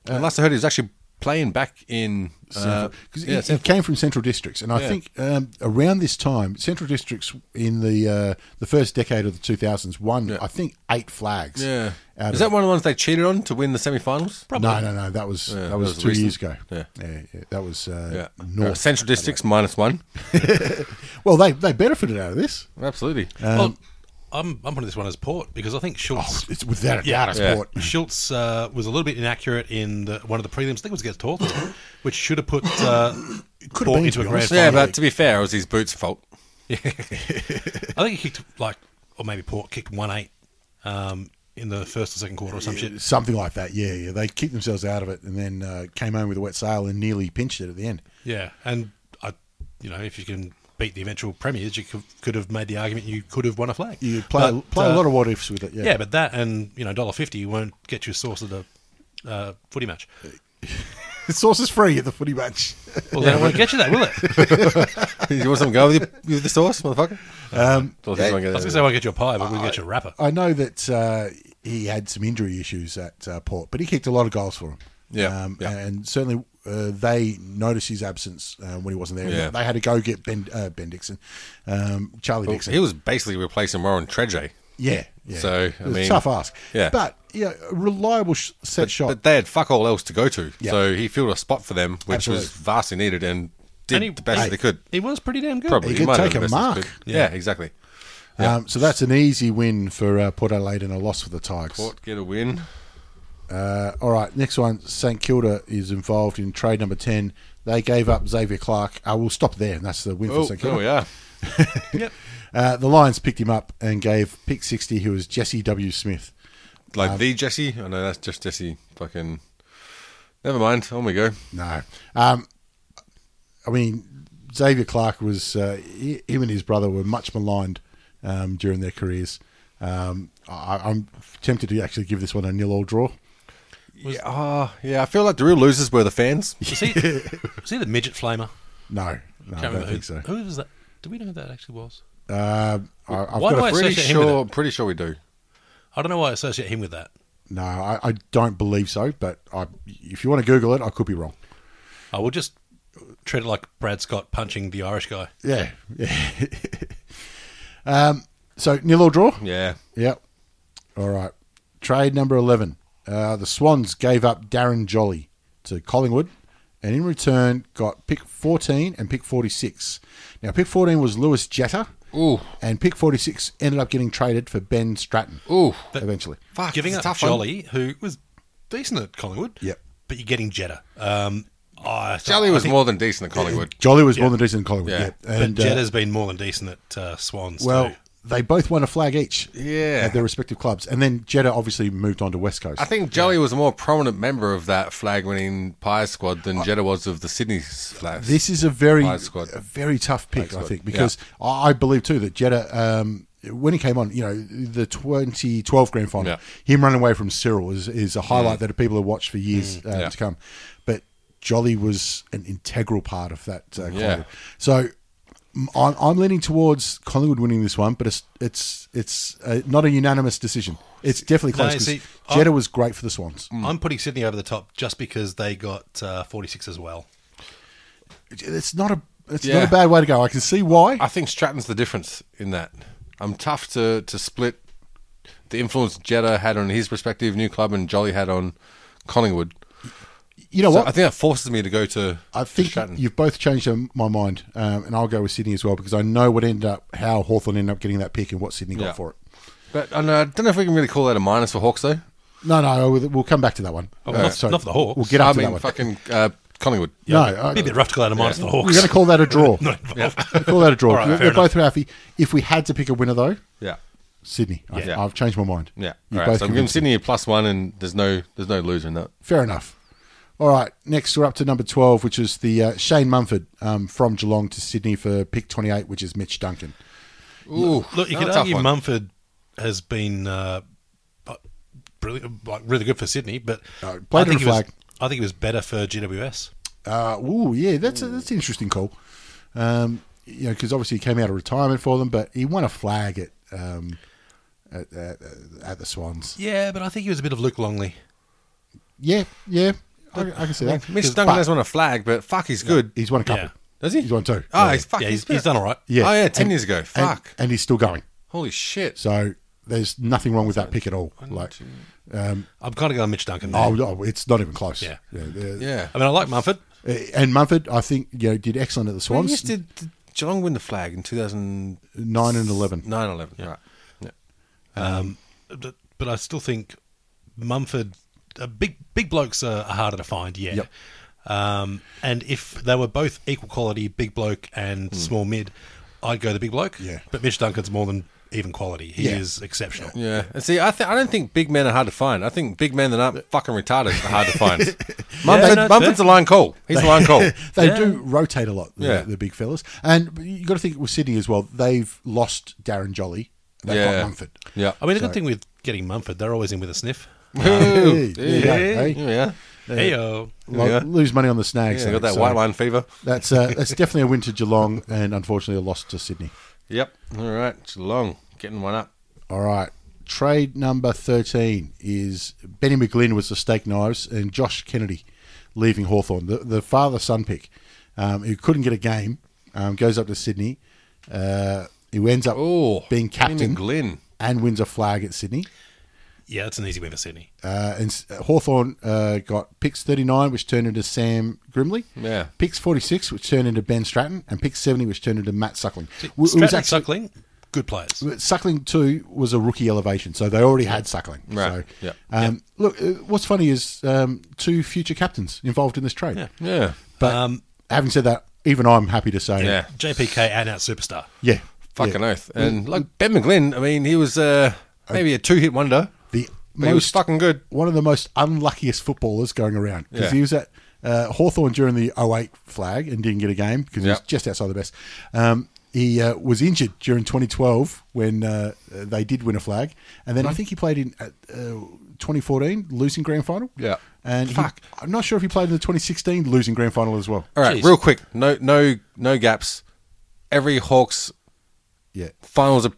Uh, And last I heard, he was actually playing back in. Uh, Sanford. 'Cause yeah, he, he Sanford. came from Central Districts, and I Yeah. think um, around this time, Central Districts in the uh, the first decade of the two thousands won, I think, eight flags. yeah. out Is of- that one of the ones they cheated on to win the semi-finals? No, no, no. That was that that was, was two recent. years ago. Yeah. yeah, yeah, that was uh, Yeah. North Uh, Central Districts minus one. Well, they they benefited out of this. Absolutely. well, I'm I'm putting this one as Port because I think Schultz. It's without a Yeah. doubt a Yeah. sport. Schultz uh, was a little bit inaccurate in the, one of the prelims. I think it was against Hawthorn, which should have put uh, Could have Port been, into to a be grand honest. final. yeah, but to be fair, it was his boots' fault. I think he kicked like, or maybe Port kicked one eight um, in the first or second quarter or some shit. Something like that. Yeah, yeah. They kicked themselves out of it, and then uh, came home with a wet sail and nearly pinched it at the end. Yeah, and I, you know, if you can beat the eventual premiers, you could, could have made the argument you could have won a flag. You play But, play a uh, lot of what ifs with it. Yeah. yeah. but that and you know dollar fifty won't get you a source of the uh, footy match. Sauce is free at the footy match. Well, then it won't get you that, will it? you want something to go with, your, with the sauce, motherfucker? Um, I was I was going to say I won't get you a pie, but we'll get you a wrapper. I know that uh, he had some injury issues at uh, Port, but he kicked a lot of goals for them. Yeah, um, yeah. and certainly uh, they noticed his absence uh, when he wasn't there. Yeah. They had to go get Ben uh, Ben Dixon, um, Charlie Dixon. he was basically replacing Warren Treadray. yeah, yeah. So, It I was a mean- tough ask. Yeah. but yeah, a reliable sh- set shot. But they had fuck all else to go to. Yeah. So he filled a spot for them, which Absolutely. was vastly needed and did And he- the best he- they could. He was pretty damn good. Probably. He could might have take a been the best mark. they could. Yeah, exactly. um, so that's an easy win for uh, Port Adelaide and a loss for the Tigers. Port get a win. Uh, all right, next one. St Kilda is involved in trade number ten. They gave up Xavier Clark. Uh, we'll stop there, and that's the win for Oh, St there Kilda. we are. Uh, the Lions picked him up and gave pick 60, who was Jesse W. Smith. Like the Jesse. Oh, no, that's just Jesse. Fucking. Never mind. On we go. No. Um, I mean, Xavier Clark was, uh, he, him and his brother were much maligned um, during their careers. Um, I, I'm tempted to actually give this one a nil all draw. Yeah, ah, yeah, I feel like the real losers were the fans. Was he, was he the midget flamer? No, no I Can't remember don't who- think so. Who was that? Do we know who that actually was? Um, I, I've Why got a, do I fr- Pretty associate him with sure, pretty sure we do. I don't know why I associate him with that. no, I, I don't believe so, but I, if you want to Google it, I could be wrong. I will just treat it like Brad Scott punching the Irish guy. Yeah. um, so, nil all draw? Yeah. Yep. All right. Trade number 11. Uh, the Swans gave up Darren Jolly to Collingwood and in return got pick 14 and pick 46. Now, pick 14 was Lewis Jetta. Ooh. And pick 46 ended up getting traded for Ben Stratton Ooh. eventually. Fuck. Giving it's a up tough one. Jolly, who was decent at Collingwood. Yep. But you're getting Jetta. Um, I thought- Jolly I was think- more than decent at Collingwood. Jolly was more than decent in Collingwood. Yeah. Yep. But And uh, Jetta's been more than decent at uh, Swans. well, too. they both won a flag each Yeah. at their respective clubs. And then Jeddah obviously moved on to West Coast. I think Joey was a more prominent member of that flag winning Pie squad than Jeddah was of the Sydney flags. This is a very Five squad. a very tough pick, I squad, think, yeah. because I I believe too that Jeddah, um, when he came on, you know, the 2012 grand final, Yeah. Mm. him running away from Cyril is, is a highlight that people have watched for years uh, yeah. to come. But Jolly was an integral part of that. Uh, Yeah. Collingwood. So m- I'm, I'm leaning towards Collingwood winning this one, but it's it's it's uh, not a unanimous decision. It's definitely No, close. 'cause see, I- Jeddah was great for the Swans. Mm. I'm putting Sydney over the top just because they got uh, 46 as well. It's not a it's Yeah. not a bad way to go. I can see why. I think Stratton's the difference in that. I'm tough to, to split the influence Jeddah had on his respective new club and Jolly had on Collingwood. you know So what? I think that forces me to go to, I to think Stratton. you've both changed um, my mind, um, and I'll go with Sydney as well because I know what ended up how Hawthorn ended up getting that pick and what Sydney Yeah. got for it. but I don't know- I don't know if we can really call that a minus for Hawks, though. No, no, we'll, we'll come back to that one. Oh, Uh, not, not for the Hawks. We'll get I up to mean, that one. fucking uh, Collingwood. no, uh, Be a bit rough to go out of minus for the Hawks. we're going to call that a draw. Not involved. We'll call that a draw. All right, We're- fair We're both happy. If we had to pick a winner though, Yeah. Sydney. I, Yeah. I've changed my mind. Yeah. you All right. both So I'm giving convinced me. Sydney a plus one, and there's no there's no losing that. Fair enough. All right, next we're up to number twelve, which is the uh, Shane Mumford um, from Geelong to Sydney for pick twenty-eight, which is Mitch Duncan. Ooh, Look, you that's could a tough argue one. Mumford has been uh, bu- brilliant, like really good for Sydney, but Uh, played in think a he was- flag. I think he was better for GWS. Uh, ooh, yeah, that's Hmm. a, that's an interesting call. Um, you know, because obviously he came out of retirement for them, but he won a flag at um, at, at, at the Swans. Yeah, but I think he was a bit of Luke Longley. Yeah, yeah, I, I can see that. Mitch Duncan But has won a flag, but fuck, he's good. He's won a couple. Yeah. Does he? He's won two. Oh, Yeah. he's fuck, yeah, he's, been- he's done all right. Yeah. Oh yeah, ten And- years ago. and- Fuck. and he's still going. Holy shit. So there's nothing wrong with that pick at all. Like, I'm kind of going Mitch Duncan. There. oh, no, it's not even close. Yeah. yeah. yeah. I mean, I like Mumford. Uh, And Mumford, I think, you know, did excellent at the When Swans. years did, did Geelong win the flag in 2009 Nine and eleven. 11? Right. Yeah. Um, but, but I still think Mumford, uh, big big blokes are, are harder to find. Yeah. Yep. Um, and if they were both equal quality, big bloke and small mid, I'd go the big bloke. Hmm. Yeah. But Mitch Duncan's more than even quality. He Yeah. is exceptional. Yeah. And see, I, th- I don't think big men are hard to find. I think big men that aren't fucking retarded are hard to find. Mumford, Yeah, no, Mumford's a line call. He's a line call. they do rotate a lot, the, Yeah. the big fellas. And you got to think with Sydney as well. They've lost Darren Jolly. They've Yeah. got Mumford. Yeah. I mean, the good thing with getting Mumford, they're always in with a sniff. Ooh, there you go, yeah. hey. Yeah. Hey, yo. Lo- Yeah. Lose money on the snags. Yeah, though, got that so white line fever. That's uh, that's definitely a win to Geelong, and unfortunately a loss to Sydney. Yep. All right. Geelong getting one up. All right. Trade number 13 is Benny McGlynn was the steak knives and Josh Kennedy leaving Hawthorn. The, the father son pick, um, who couldn't get a game, um, goes up to Sydney, uh, who ends up Oh, being Benny captain McGlynn. and wins a flag at Sydney. Yeah, it's an easy win for Sydney. Uh, and S- Hawthorn uh, got picks 39, which turned into Sam Grimley. Yeah. Picks 46, which turned into Ben Stratton. And picks 70, which turned into Matt Suckling. Who- who was Stratton and actually- Suckling, good players. But Suckling too was a rookie elevation, so they already had Suckling. Right, So, yeah. Um, Look, uh, what's funny is um, two future captains involved in this trade. Yeah. But Um, having said that, even I'm happy to say, Yeah. JPK and out superstar. yeah, Fucking yeah. oath. And like Ben McGlynn, I mean, he was uh, maybe a two hit wonder. The But he was fucking good. One of the most unluckiest footballers going around because Yeah. he was at uh, Hawthorn during the 08 flag and didn't get a game because he was Yeah. just outside the best. Um, he uh, was injured during 2012 when uh, they did win a flag, and then I think he played in uh, uh, 2014 losing grand final. Yeah. and he- Fuck. I'm not sure if he played in the 2016 losing grand final as well. All right, Jeez. real quick. No, no, no gaps. Every Hawks Yeah, finals uh,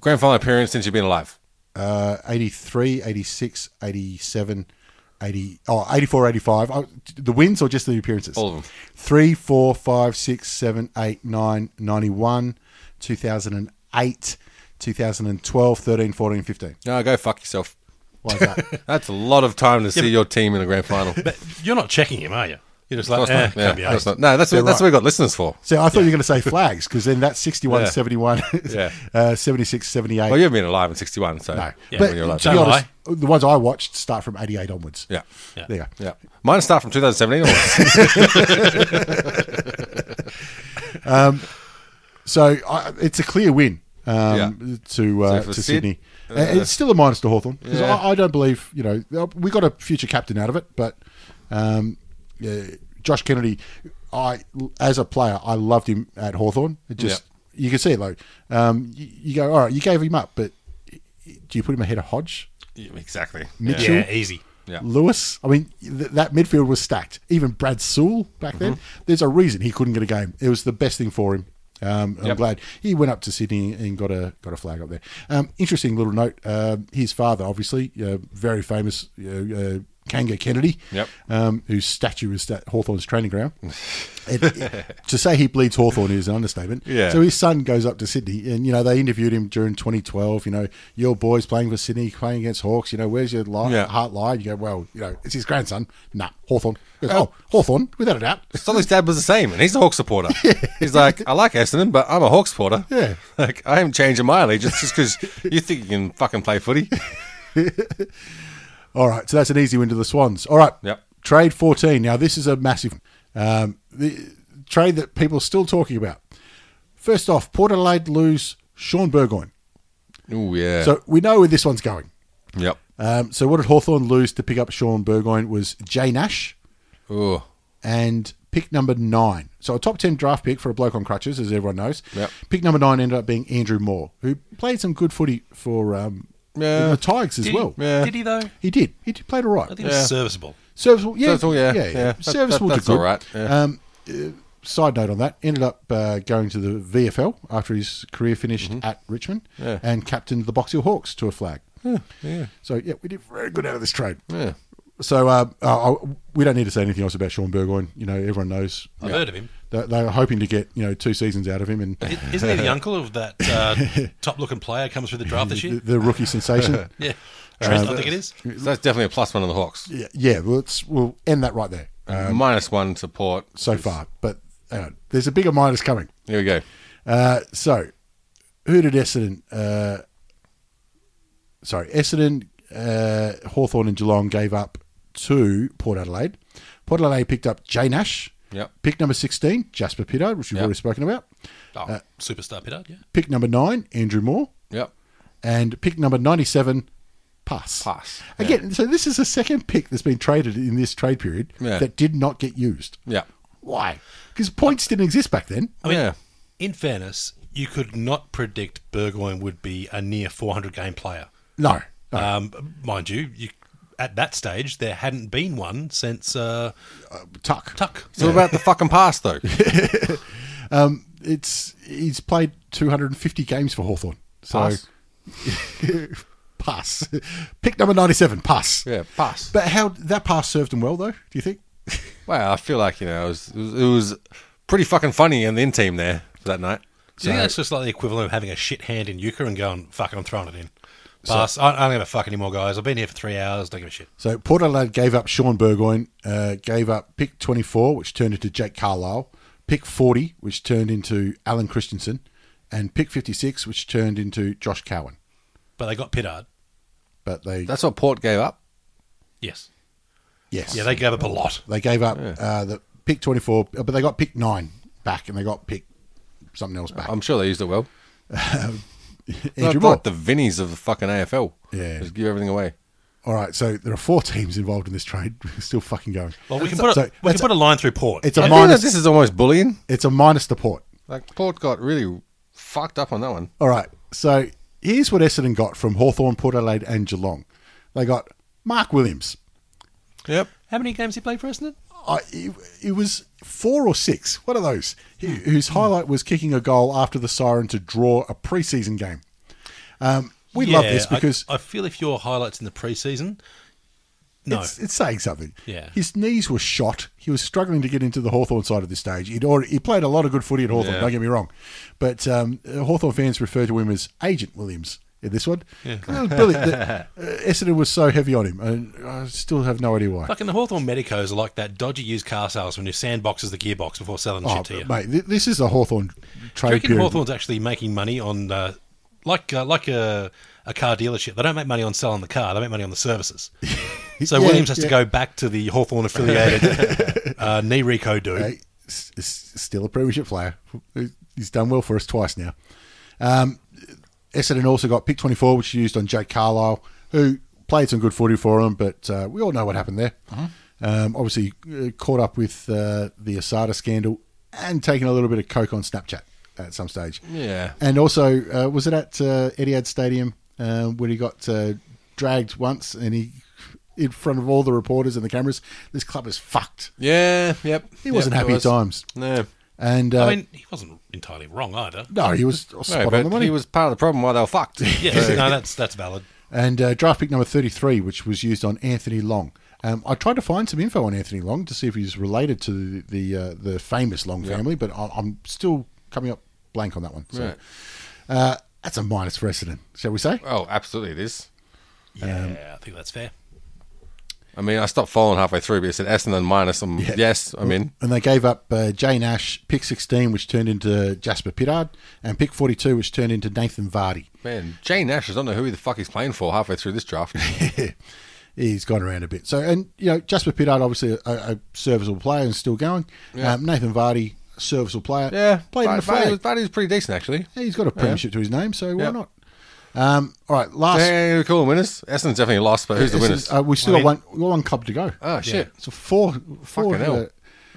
grand final appearance since you've been alive. uh, 83, 86, 87, 80, oh, 84, 85. Oh, the wins or just the appearances? All of them. 3, 4, 5, 6, 7, 8, 9, 91, 2008, 2012, 13, 14, 15. No, go fuck yourself. Why is that? That's a lot of time to see your team in a grand final. But you're not checking him, are you? You're just No, like, it's not. eh, Yeah, can't be no, it's asked. not. No, that's They're what, that's right. what we got listeners for. so I thought you were going to say flags because then that's 61, Yeah. 71, Yeah. uh, 76, 78. Well, you haven't been alive in '61, so no. yeah, but when you're alive. to be Don't honest, the ones I watched start from 88 onwards. yeah, Yeah. There you go. yeah. Mine start from 2017. onwards. So I, it's a clear win. um, to uh, So for to Sid, Sydney. uh, Uh, it's still a minus to Hawthorn because Yeah. I, I don't believe you know uh, we got a future captain out of it, but um, yeah, Josh Kennedy, I as a player I loved him at Hawthorn. It just you can see it like um, you, you go all right, you gave him up, but do you put him ahead of Hodge? Yeah, exactly. Mitchell? Yeah, easy. Yeah. Lewis. I mean, th- that midfield was stacked. Even Brad Sewell back then. Mm-hmm. There's a reason he couldn't get a game. It was the best thing for him. Um, I'm Yep. glad he went up to Sydney and got a got a flag up there. Um, interesting little note. Um his father, obviously, uh, very famous uh, uh, Kanga Kennedy, Yep. um, whose statue is at Hawthorn's training ground. It- it- to say he bleeds Hawthorn is an understatement. Yeah. So his son goes up to Sydney, and you know they interviewed him during 2012. You know, your boy's playing for Sydney, playing against Hawks. You know, where's your life? Yeah. Hart lied. You go, well, you know, it's his grandson. Nah, Hawthorn. oh, Hawthorn, without a doubt. Sully's dad was the same, and he's a Hawk supporter. He's like, I like Essendon, but I'm a Hawk supporter. Yeah. Like, I am changing my allegiance just because you think you can fucking play footy. All right, so that's an easy win to the Swans. All right, Yep. trade 14. Now, this is a massive um, the trade that people are still talking about. First off, Port Adelaide lose Sean Burgoyne. Oh, yeah. So we know where this one's going. yep. Um, so what did Hawthorn lose to pick up Sean Burgoyne was Jay Nash Oh, and pick number nine. So a top 10 draft pick for a bloke on crutches, as everyone knows. Yep. Pick number nine ended up being Andrew Moore, who played some good footy for um, Yeah. the Tigers as Did well. He, Yeah. Did he though? He did. He did played all I right. think it was serviceable. Serviceable, yeah, Serviceable, yeah, yeah, yeah. That- Serviceable that- to that's all good. right, yeah. Um, uh, side note on that: ended up uh, going to the VFL after his career finished at Richmond, Mm-hmm. Yeah. and captained the Box Hill Hawks to a flag. So yeah, we did very good out of this trade. yeah. So uh, uh, I- we don't need to say anything else about Sean Burgoyne. You know, everyone knows. I've heard of him. They, they were hoping to get you know two seasons out of him, and I- Isn't he the uncle of that uh, top-looking player comes through the draft this the, year? the rookie sensation. Yeah, Uh, Trent, I think it is. So that's definitely a plus one on the Hawks. yeah, yeah. Well, let's we'll end that right there Um, Minus one support. so far. But hang on, there's a bigger minus coming. Here we go. Uh, so, who did Essendon? Uh, sorry, Essendon, uh, Hawthorne, and Geelong gave up to Port Adelaide. Port Adelaide picked up Jay Nash. Yep. Pick number 16, Jasper Pittard, which we've Yep. already spoken about. Oh, superstar Pittard, yeah. Pick number 9, Andrew Moore. Yep. And pick number 97, Pass. Pass. Again, so this is the second pick that's been traded in this trade period Yeah. that did not get used. Yeah. Why? Because points didn't exist back then. mean- yeah. In fairness, you could not predict Burgoyne would be a near 400 game player. No. Uh, no. Um, mind you, you at that stage there hadn't been one since uh, Tuck. Tuck. So what about the fucking pass, though? it's he's played 250 games for Hawthorn. So Pass. pass. Pick number 97, pass. Yeah, pass. But how that pass served him well though, do you think? Well, I feel like, you know, it was, it was, it was pretty fucking funny in the in team there that night. Do you think that's just like the equivalent of having a shit hand in euchre and going, "Fuck, it, I'm throwing it in." Pass. I, I don't give a fuck anymore, guys. I've been here for three hours. Don't give a shit. So Port Adelaide gave up Sean Burgoyne, uh, gave up pick 24, which turned into Jake Carlisle, pick 40, which turned into Alan Christensen, and pick 56, which turned into Josh Cowan. But they got Pittard. But they, That's what Port gave up. Yes. yes, Yeah, they gave up a lot. They gave up uh, the pick 24, but they got pick 9 back, and they got pick something else back. I'm sure they used it well. Andrew like, Moore. like the Vinnies of the fucking AFL. Yeah. Just give everything away. All right, so there are four teams involved in this trade. We're still fucking going. Well, we can put a, So we can that's- put a line through Port. It's I a feel like minus. this is almost bullying. It's a minus to Port. Like Port got really fucked up on that one. All right, so here's what Essendon got from Hawthorn, Port Adelaide, and Geelong. They got Mark Williams. Yep. How many games he played for Essendon? I, it, it was four or six, one of those, who- whose highlight was kicking a goal after the siren to draw a preseason game. Um, we love Yeah, this I- because I, feel if your highlights in the preseason, no, It's, it's saying something. Yeah. His knees were shot. He was struggling to get into the Hawthorn side of the stage. He'd already, he played a lot of good footy at Hawthorn. don't get me wrong. But um, Hawthorn fans refer to him as Agent Williams in this one. Yeah. brilliant. that, uh, Essendon was so heavy on him. And I still have no idea why. fucking the Hawthorn medicos are like that dodgy used car salesman who sandboxes the gearbox before selling Oh, shit to you. mate, th- this is a Hawthorn Do you trade reckon period. Hawthorne's actually making money on, uh, like uh, like a, a car dealership? They don't make money on selling the car; they make money on the services. So Yeah, Williams has yeah. to go back to the Hawthorn affiliated uh, knee Rico dude. Hey, s- s- still a premiership player. He's done well for us twice now. Um, Essendon also got pick 24, which used on Jake Carlisle, who played some good footy for him, but uh, we all know what happened there. Uh-huh. Um, obviously, uh, caught up with uh, the Asada scandal and taking a little bit of coke on Snapchat at some stage. Yeah. And also, uh, was it at uh, Etihad Stadium uh, where he got uh, dragged once and he, in front of all the reporters and the cameras, this club is fucked. Yeah, yep. He wasn't Yep, happy it was. times. No. And uh, I mean, he wasn't entirely wrong either. no, he was No, spot on but the money. he was part of the problem why they were fucked. Yes, no, that's that's valid. and uh, draft pick number 33, which was used on Anthony Long. Um, I tried to find some info on Anthony Long to see if he's related to the the, uh, the famous Long family, but I, I'm still coming up blank on that one. So Right. uh, that's a minus for Essendon, shall we say? Oh, absolutely, it is. Yeah, Um, I think that's fair. I mean, I stopped following halfway through, but it said Essendon minus. I'm, Yes, I mean, And they gave up uh, Jay Nash, pick 16, which turned into Jasper Pittard, and pick 42, which turned into Nathan Vardy. man, Jay Nash doesn't know who the fuck he's playing for halfway through this draft. he's gone around a bit. So, and you know, Jasper Pittard obviously a, a serviceable player and still going. Um, Nathan Vardy, serviceable player, yeah, played in the Vardy- Vardy flag. was- Vardy was pretty decent actually. Yeah, he's got a premiership to his name, so why Yep. not? Um, all right, last. Hey, we're calling winners. Essendon's definitely lost, but who's the this winners? is- uh, we still I mean- got one, we got one club to go. oh shit! So four, four. Fucking hell. uh,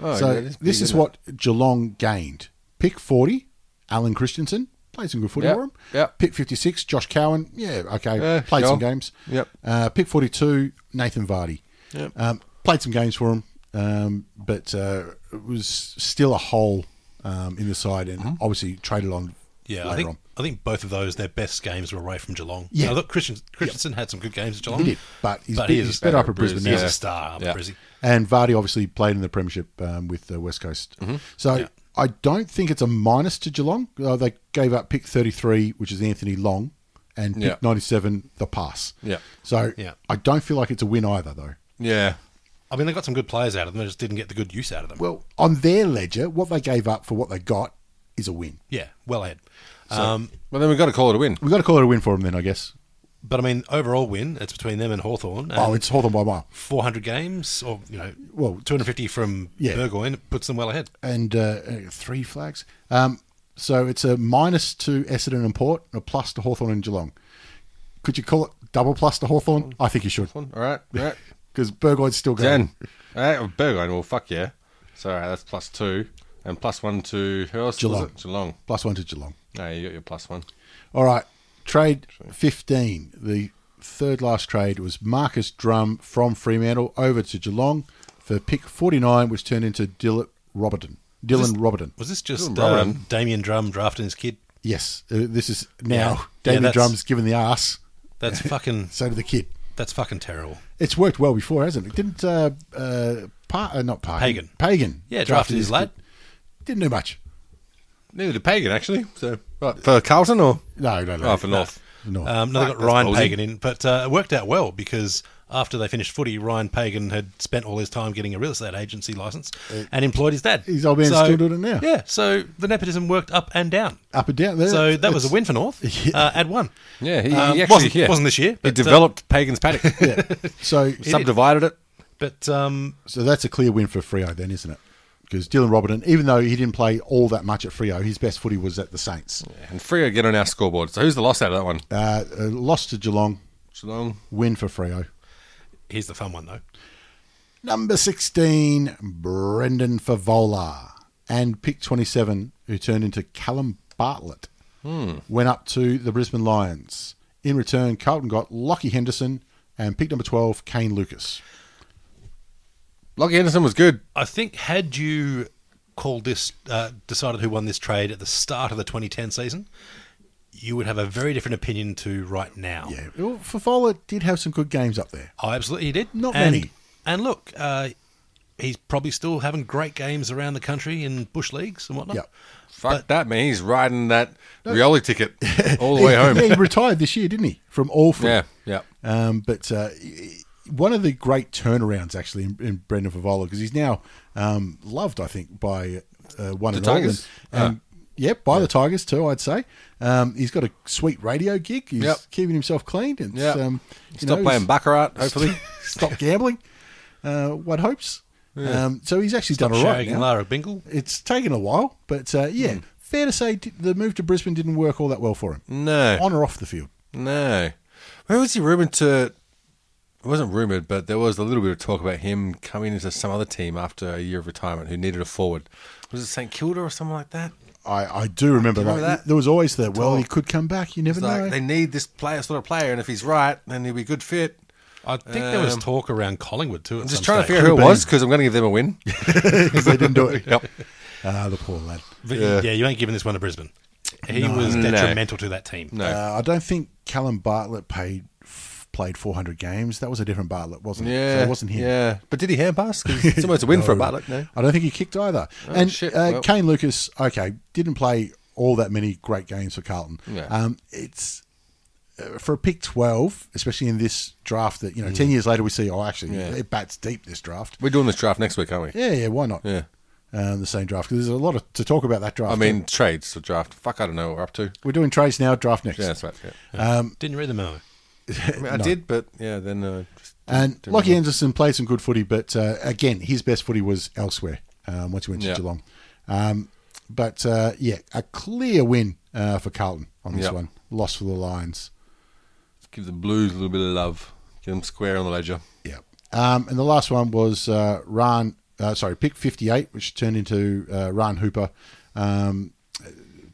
Oh, so yeah, it's big, this is isn't it? what Geelong gained: pick forty, Alan Christensen played some good footy Yep, for him. yep. Pick fifty-six, Josh Cowan. Yeah, okay, Yeah, played some sure. games. Yep. Uh, pick forty-two, Nathan Vardy. Yep. Um, played some games for him, um, but uh, it was still a hole um, in the side, and Mm-hmm. obviously traded on. Yeah, later I think on. I think both of those their best games were away from Geelong. Yeah. Now, look, Christian, Christensen had some good games at Geelong. He did, but he's, But be- he is he's better up at Brisbane, Brisbane He's now. a star, Yeah. Brizzy. And Vardy obviously played in the Premiership um, with the West Coast. Mm-hmm. So I don't think it's a minus to Geelong. Uh, they gave up pick 33, which is Anthony Long, and pick Yeah. 97, the pass. Yeah. So Yeah. I don't feel like it's a win either, though. Yeah, I mean, they got some good players out of them. They just didn't get the good use out of them. Well, on their ledger, what they gave up for what they got is a win. yeah, well ahead. Um, well then we've got to call it a win. We've got to call it a win for them then, I guess. but I mean, overall win, it's between them and Hawthorn. And Oh, it's Hawthorn by a mile. 400 games, or, you know, Well, 250 from Yeah. Burgoyne puts them well ahead. and uh, uh, three flags. Um, so it's a minus to Essendon and Port, and a plus to Hawthorn and Geelong. Could you call it double plus to Hawthorn? I think you should, All right, all right, because Burgoyne's still going. ten. All right, Burgoyne. Well, fuck yeah. So all right, that's plus two and plus one to who else? was Geelong. it? Geelong. Plus one to Geelong. No, you got your plus one. All right, trade 15. The third last trade was Marcus Drum from Fremantle over to Geelong for pick 49, which turned into Dylan Roberton. Dylan Roberton. Was this just Good run. um, Damien Drum drafting his kid? Yes, uh, this is now Yeah, David that's- Drum's given the arse, That's fucking so to the kid. that's fucking terrible. It's worked well before, hasn't it? Didn't uh, uh, pa- uh not Parkin, Pagan. Pagan, Yeah, drafted his his lad. kid. Didn't do much. Neither did Pagan actually. So right. for Carlton or No, no, no. oh, for North. No. Um, no, they got Fuck, that's Ryan ballsy. Pagan in, but uh, it worked out well because after they finished footy, Ryan Pagan had spent all his time getting a real estate agency license and employed his dad. His Uh, old man's still doing it now. Yeah, so the nepotism worked up and down. Up and down. There, So that was a it's- win for North. Uh, at one. Yeah, he, Um, he actually wasn't, yeah. wasn't this year. he But, uh, developed Pagan's paddock, So, subdivided it. but um, so that's a clear win for Frio, then, isn't it? Because Dylan Robertson, even though he didn't play all that much at Frio, his best footy was at the Saints. And Frio get on our scoreboard. So who's the loss out of that one? Uh, uh, lost to Geelong, Geelong. win for Frio. here's the fun one though. Number 16, Brendan Favola. And pick 27, who turned into Callum Bartlett, went up to the Brisbane Lions. In return, Carlton got Lockie Henderson and pick number 12, Kane Lucas. Lockie Henderson was good. I think had you called this, uh, decided who won this trade at the start of the 2010 season, you would have a very different opinion to right now. Yeah, well, Favola did have some good games up there. I Oh, absolutely did. Not and, many. And look, uh, he's probably still having great games around the country in bush leagues and whatnot. Yeah. Fuck that man. He's riding that Rioli ticket all the way Yeah, home. he retired this year, didn't he? From all four. oh, yeah, yeah. Um, but uh, one of the great turnarounds, actually, in, in Brendan Favola, because he's now um, loved, I think, by uh, one The and all. Tigers? Ah. And, um, Yep, by the Tigers too, I'd say. Um, he's got a sweet radio gig. He's Yep. keeping himself clean. It's, Yeah. um, you Stop know, playing he's- Baccarat, hopefully. Stop gambling. Uh, one hopes. Um, so he's actually Stop done all right. sharing now. Lara Bingle. Hmm. It's taken a while, but uh, yeah, fair to say di- the move to Brisbane didn't work all that well for him, No. on or off the field. No. Where was he rumored to? It wasn't rumored, but there was a little bit of talk about him coming into some other team after a year of retirement who needed a forward. Was it St Kilda or something like that? I, I do remember, Do you that. remember that? There was always the, well, Talk. he could come back. You never It's know. like they need this player, sort of player, and if he's right, then he'll be a good fit. I think there was Um, talk around Collingwood too. at I'm just some trying to stage. figure out who it Could've was because I'm going to give them a win. Because they didn't do it. yep. Ah, the poor lad. But yeah. you ain't giving this one to Brisbane. He was No. detrimental to that team. No. Uh, I don't think Callum Bartlett paid, f- played 400 games. That was a different Bartlett, wasn't it? yeah. So it wasn't him. Yeah. But did he hand pass? 'Cause It's almost a win for a No. Bartlett. No. Oh, I don't think he kicked either. and shit, Uh, well. Kane Lucas, okay, didn't play all that many great games for Carlton. Yeah. Um, it's uh, for a pick twelve, especially in this draft. That you know, ten years later we see. Oh, actually, Mm. Yeah. it bats deep this draft. We're doing this draft next week, aren't we? Yeah, yeah. Why not? Yeah. Um, the same draft 'Cause there's a lot of, to talk about that draft. I mean, trades or draft. Fuck, I don't know what we're up to. we're doing trades now. Draft next. Yeah, that's right. Yeah. Um, Didn't read the memo. I, mean, I No. did, but yeah, then uh, just And didn't Lockie remember. Anderson played some good footy, but uh, again, his best footy was elsewhere um, once he went to Yeah. Geelong. Um, but uh, yeah, a clear win uh, for Carlton on this Yeah. one. Loss for the Lions. give the Blues a little bit of love. Get them square on the ledger. Yeah. Um, and the last one was uh, Ran, uh, sorry, pick 58, which turned into uh, Ran Hooper um,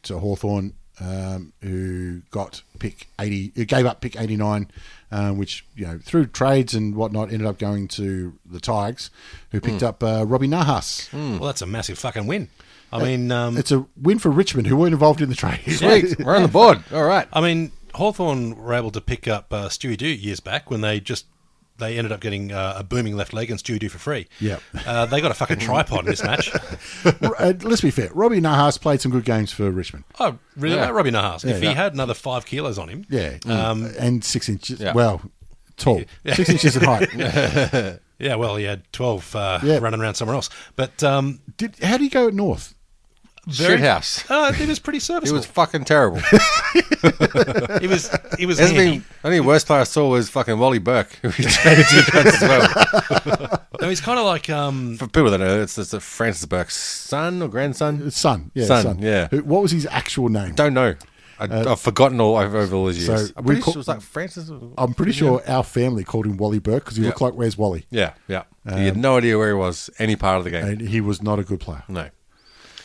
to Hawthorn, um, who got pick 80, who gave up pick 89, um, which, you know, through trades and whatnot, ended up going to the Tigers, who picked up uh, Robbie Nahas. Hmm. Well, that's a massive fucking win. I mean, um, Uh, It's a win for Richmond, who weren't involved in the trade. Sweet, we're on the board. All right. I mean, Hawthorn were able to pick up uh, Stewie Doo years back when they just they ended up getting uh, a booming left leg and Stewie Doo for free. Yeah. uh, they got a fucking tripod in this match. Uh, Let's be fair. Robbie Nahas played some good games for Richmond. Oh, really? Yeah. Like Robbie Nahas. if yeah. he had another five kilos on him, Yeah. Um, and six inches. Yeah. Well, tall. Six inches in height. yeah, well, he had twelve uh, Yeah. running around somewhere else. But um, Did how do you go at North? very, Shithouse. Uh, it was pretty It serviceable. was fucking terrible. It was. It was. That's handy. been, only worst player I saw was fucking Wally Burke, who we traded to as well. No, he's kind of like um, For people that don't know, it's, it's Francis Burke's son or grandson. It's Son. Uh, Yeah, Son, Son. yeah. Who, what was his actual name? Don't know. I, I've forgotten all over, over all these Uh, so years. I'm we pretty call- sure it was like Francis. I'm pretty sure our family called him Wally Burke because he looked like Where's Wally, Yeah, yeah. Uh, he had no idea where he was any part of the game. and he was not a good player. no.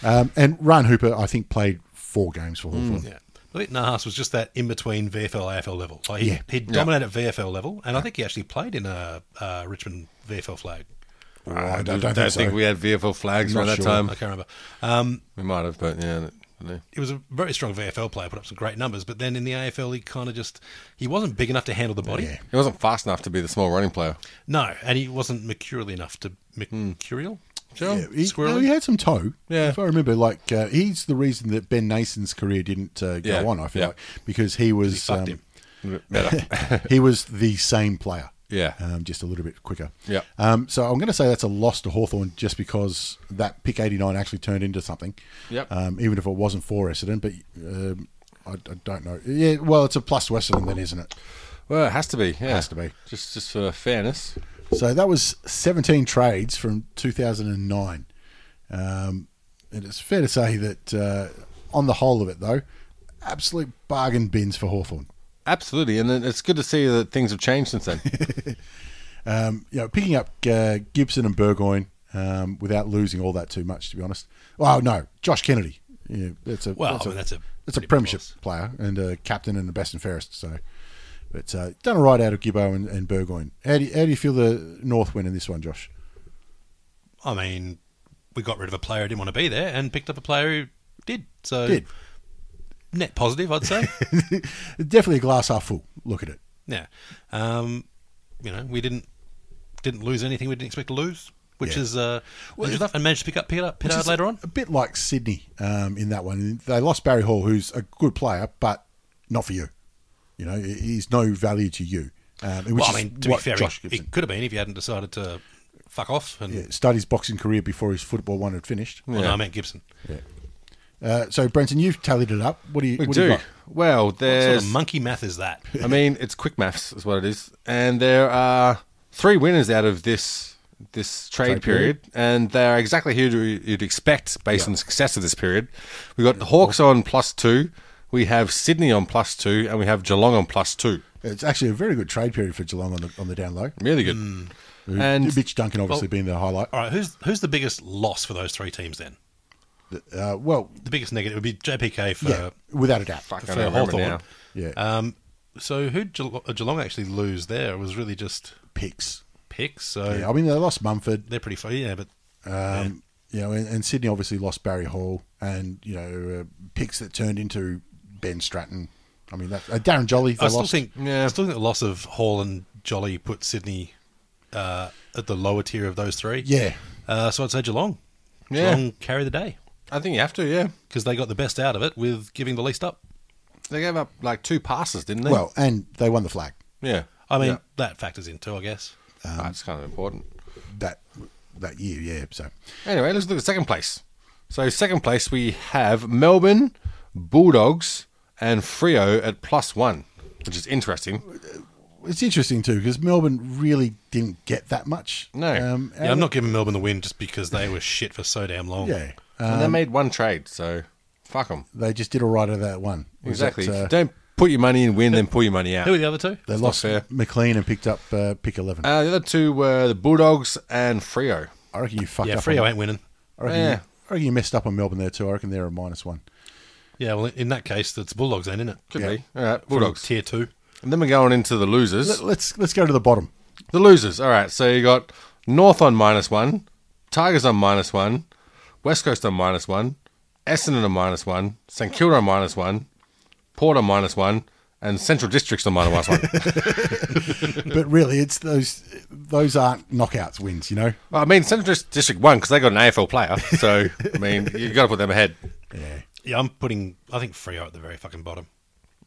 Um, and Ryan Hooper, I think, played four games for Mm. Hawthorn. Yeah. I think Nahas was just that in between VFL AFL level. Like he, Yeah. he dominated at VFL level, and I think he actually played in a uh, Richmond VFL flag. I don't, I don't don't think, think so. we had VFL flags Not around that sure. time. I can't remember. Um, We might have, but yeah. No. he was a very strong VFL player, put up some great numbers, but then in the AFL, he kind of just he wasn't big enough to handle the body. He wasn't fast enough to be the small running player. No, and he wasn't mercurial enough to mercurial. Sure. Yeah, he, Squirrely? no, he had some toe. Yeah. if I remember, like uh, he's the reason that Ben Nason's career didn't uh, go Yeah. on. I feel Yeah. like because he was fucked um, he was the same player. Yeah. um, just a little bit quicker. Yeah. Um, so I'm going to say that's a loss to Hawthorn just because that pick 89 actually turned into something. Yep. Um, even if it wasn't for Essendon, but um, I, I don't know. Yeah, well, it's a plus to Essendon then, isn't it? Well, it has to be. Yeah. Has to be. Just, just for fairness. So that was 17 trades from 2009. Um, and it's fair to say that uh, on the whole of it, though, absolute bargain bins for Hawthorn. Absolutely, and it- it's good to see that things have changed since then. Um, you know, picking up uh, Gibson and Burgoyne um, without losing all that too much, to be honest. Well, no, Josh Kennedy. Yeah, that's a Well, that's I mean, that's a that's a pretty big premiership loss. player and a captain and the best and fairest. So, but uh, done all right out of Gibbo and, and Burgoyne. How do you, how do you feel the North win in this one, Josh? I mean, we got rid of a player who didn't want to be there and picked up a player who did. So Did. net positive, I'd say. Definitely a glass half full. Look at it. Yeah, um, you know, we didn't didn't lose anything we didn't expect to lose, which Yeah. is uh, Well, good it- stuff, and managed to pick up Pittard, Which Pittard is later on. A bit like Sydney um, in that one. They lost Barry Hall, who's a good player, but not for you. You know, he- he's no value to you. Um, which Well, is I mean, to be what fair, Josh it, Gibson it could have been if you hadn't decided to fuck off. And yeah, started his boxing career before his football one had finished. well, no, I meant Gibson. Uh, so, Brenton, you've tallied it up. What do you? We what do you do. got? Well, What sort there's. of monkey math is that? I mean, it's quick maths is what it is, and there are three winners out of this this trade, period, and they are exactly who you- you'd expect based on the success of this period. We got the Hawks on plus two, we have Sydney on plus two, and we have Geelong on plus two. It's actually a very good trade period for Geelong on the on the down low. Really good. And Mitch Duncan obviously being the highlight. All right, who's who's the biggest loss for those three teams then? Uh, well, The biggest negative would be JPK for, yeah, without a doubt. fuck, I for don't remember Hawthorn. now. Yeah, Um, so who Geelong, Geelong actually lose there? It was really just picks. picks. So Yeah, I mean they lost Mumford. they're pretty far. Yeah, but Um, You know, and, and Sydney obviously lost Barry Hall, and you know uh, picks that turned into Ben Stratton. I mean, that, uh, Darren Jolly. They I still lost. think Yeah. I still think the loss of Hall and Jolly put Sydney uh, at the lower tier of those three. yeah, Uh, so I'd say Geelong. Yeah. Geelong carry the day I think you have to, yeah. because they got the best out of it with giving the least up. They gave up like two passes, didn't they? well, and they won the flag. yeah. I mean Yeah. that factors in too, I guess. That's kind of important. that that year. Yeah, so Anyway, let's look at second place. So, second place, we have Melbourne, Bulldogs, and Frio at plus one, which is interesting. it's interesting too because Melbourne really didn't get that much. No. Um, Uh, Yeah, I'm not giving Melbourne the win just because they were shit for so damn long. Yeah, and um, they made one trade, so fuck them. they just did all right out of that one. Was that, Exactly. uh, Don't put your money in, win, then pull your money out. Who are the other two? they lost fair. McLean and picked up uh, pick eleven. Uh, the other two were the Bulldogs and Frio. I reckon you fucked yeah, oh up. Frio on, ain't winning. I, reckon you, Yeah. I reckon you messed up on Melbourne there too. I reckon they're a minus one. Yeah, well, in that case, that's Bulldogs then, isn't it? Could Yeah. be. All right, From Bulldogs. tier two. And then we're going into the losers. Let, let's let's go to the bottom. The losers. All right. So you got North on minus one, Tigers on minus one, West Coast on minus one, Essendon on minus one, St Kilda on minus one, Port on minus one, and Central Districts on minus one. But really, it's those those aren't knockouts wins. You know, well, I mean, Central Dis- District won because they got an AFL player. So I mean, you got to put them ahead. Yeah, I'm putting. I think Frio at the very fucking bottom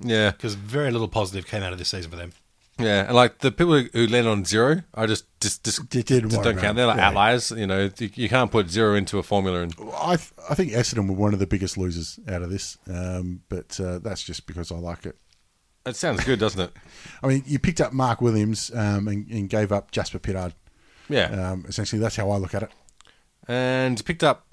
Yeah, because very little positive came out of this season for them. yeah. And like the people who land on zero, I just just just, Did- didn't just worry don't about count. They're like it. Yeah. outliers. You know, you, you can't put zero into a formula and I th- I think Essendon were one of the biggest losers out of this. Um, but uh, that's just because I like it. it sounds good, doesn't it? I mean, you picked up Mark Williams um, and, and gave up Jasper Pittard. Yeah. Um, essentially, that's how I look at it. and picked up.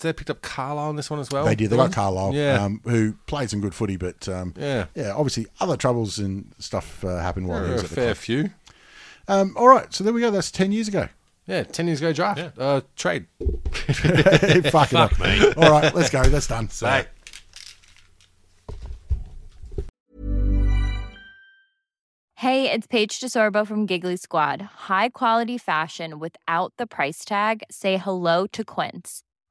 They picked up Carlisle on this one as well. they did. They Oh, got The one? Carlisle, Yeah, um, who played some good footy, but um, Yeah. obviously other troubles and stuff uh, happened while There he was were a at the fair club. few. Um, all right, so there we go. That's ten years ago. Yeah, ten years ago draft Yeah. uh, trade. Fuck it up. me. All right, let's go. That's done. So Hey, it's Paige DeSorbo from Giggly Squad. High quality fashion without the price tag. Say hello to Quince.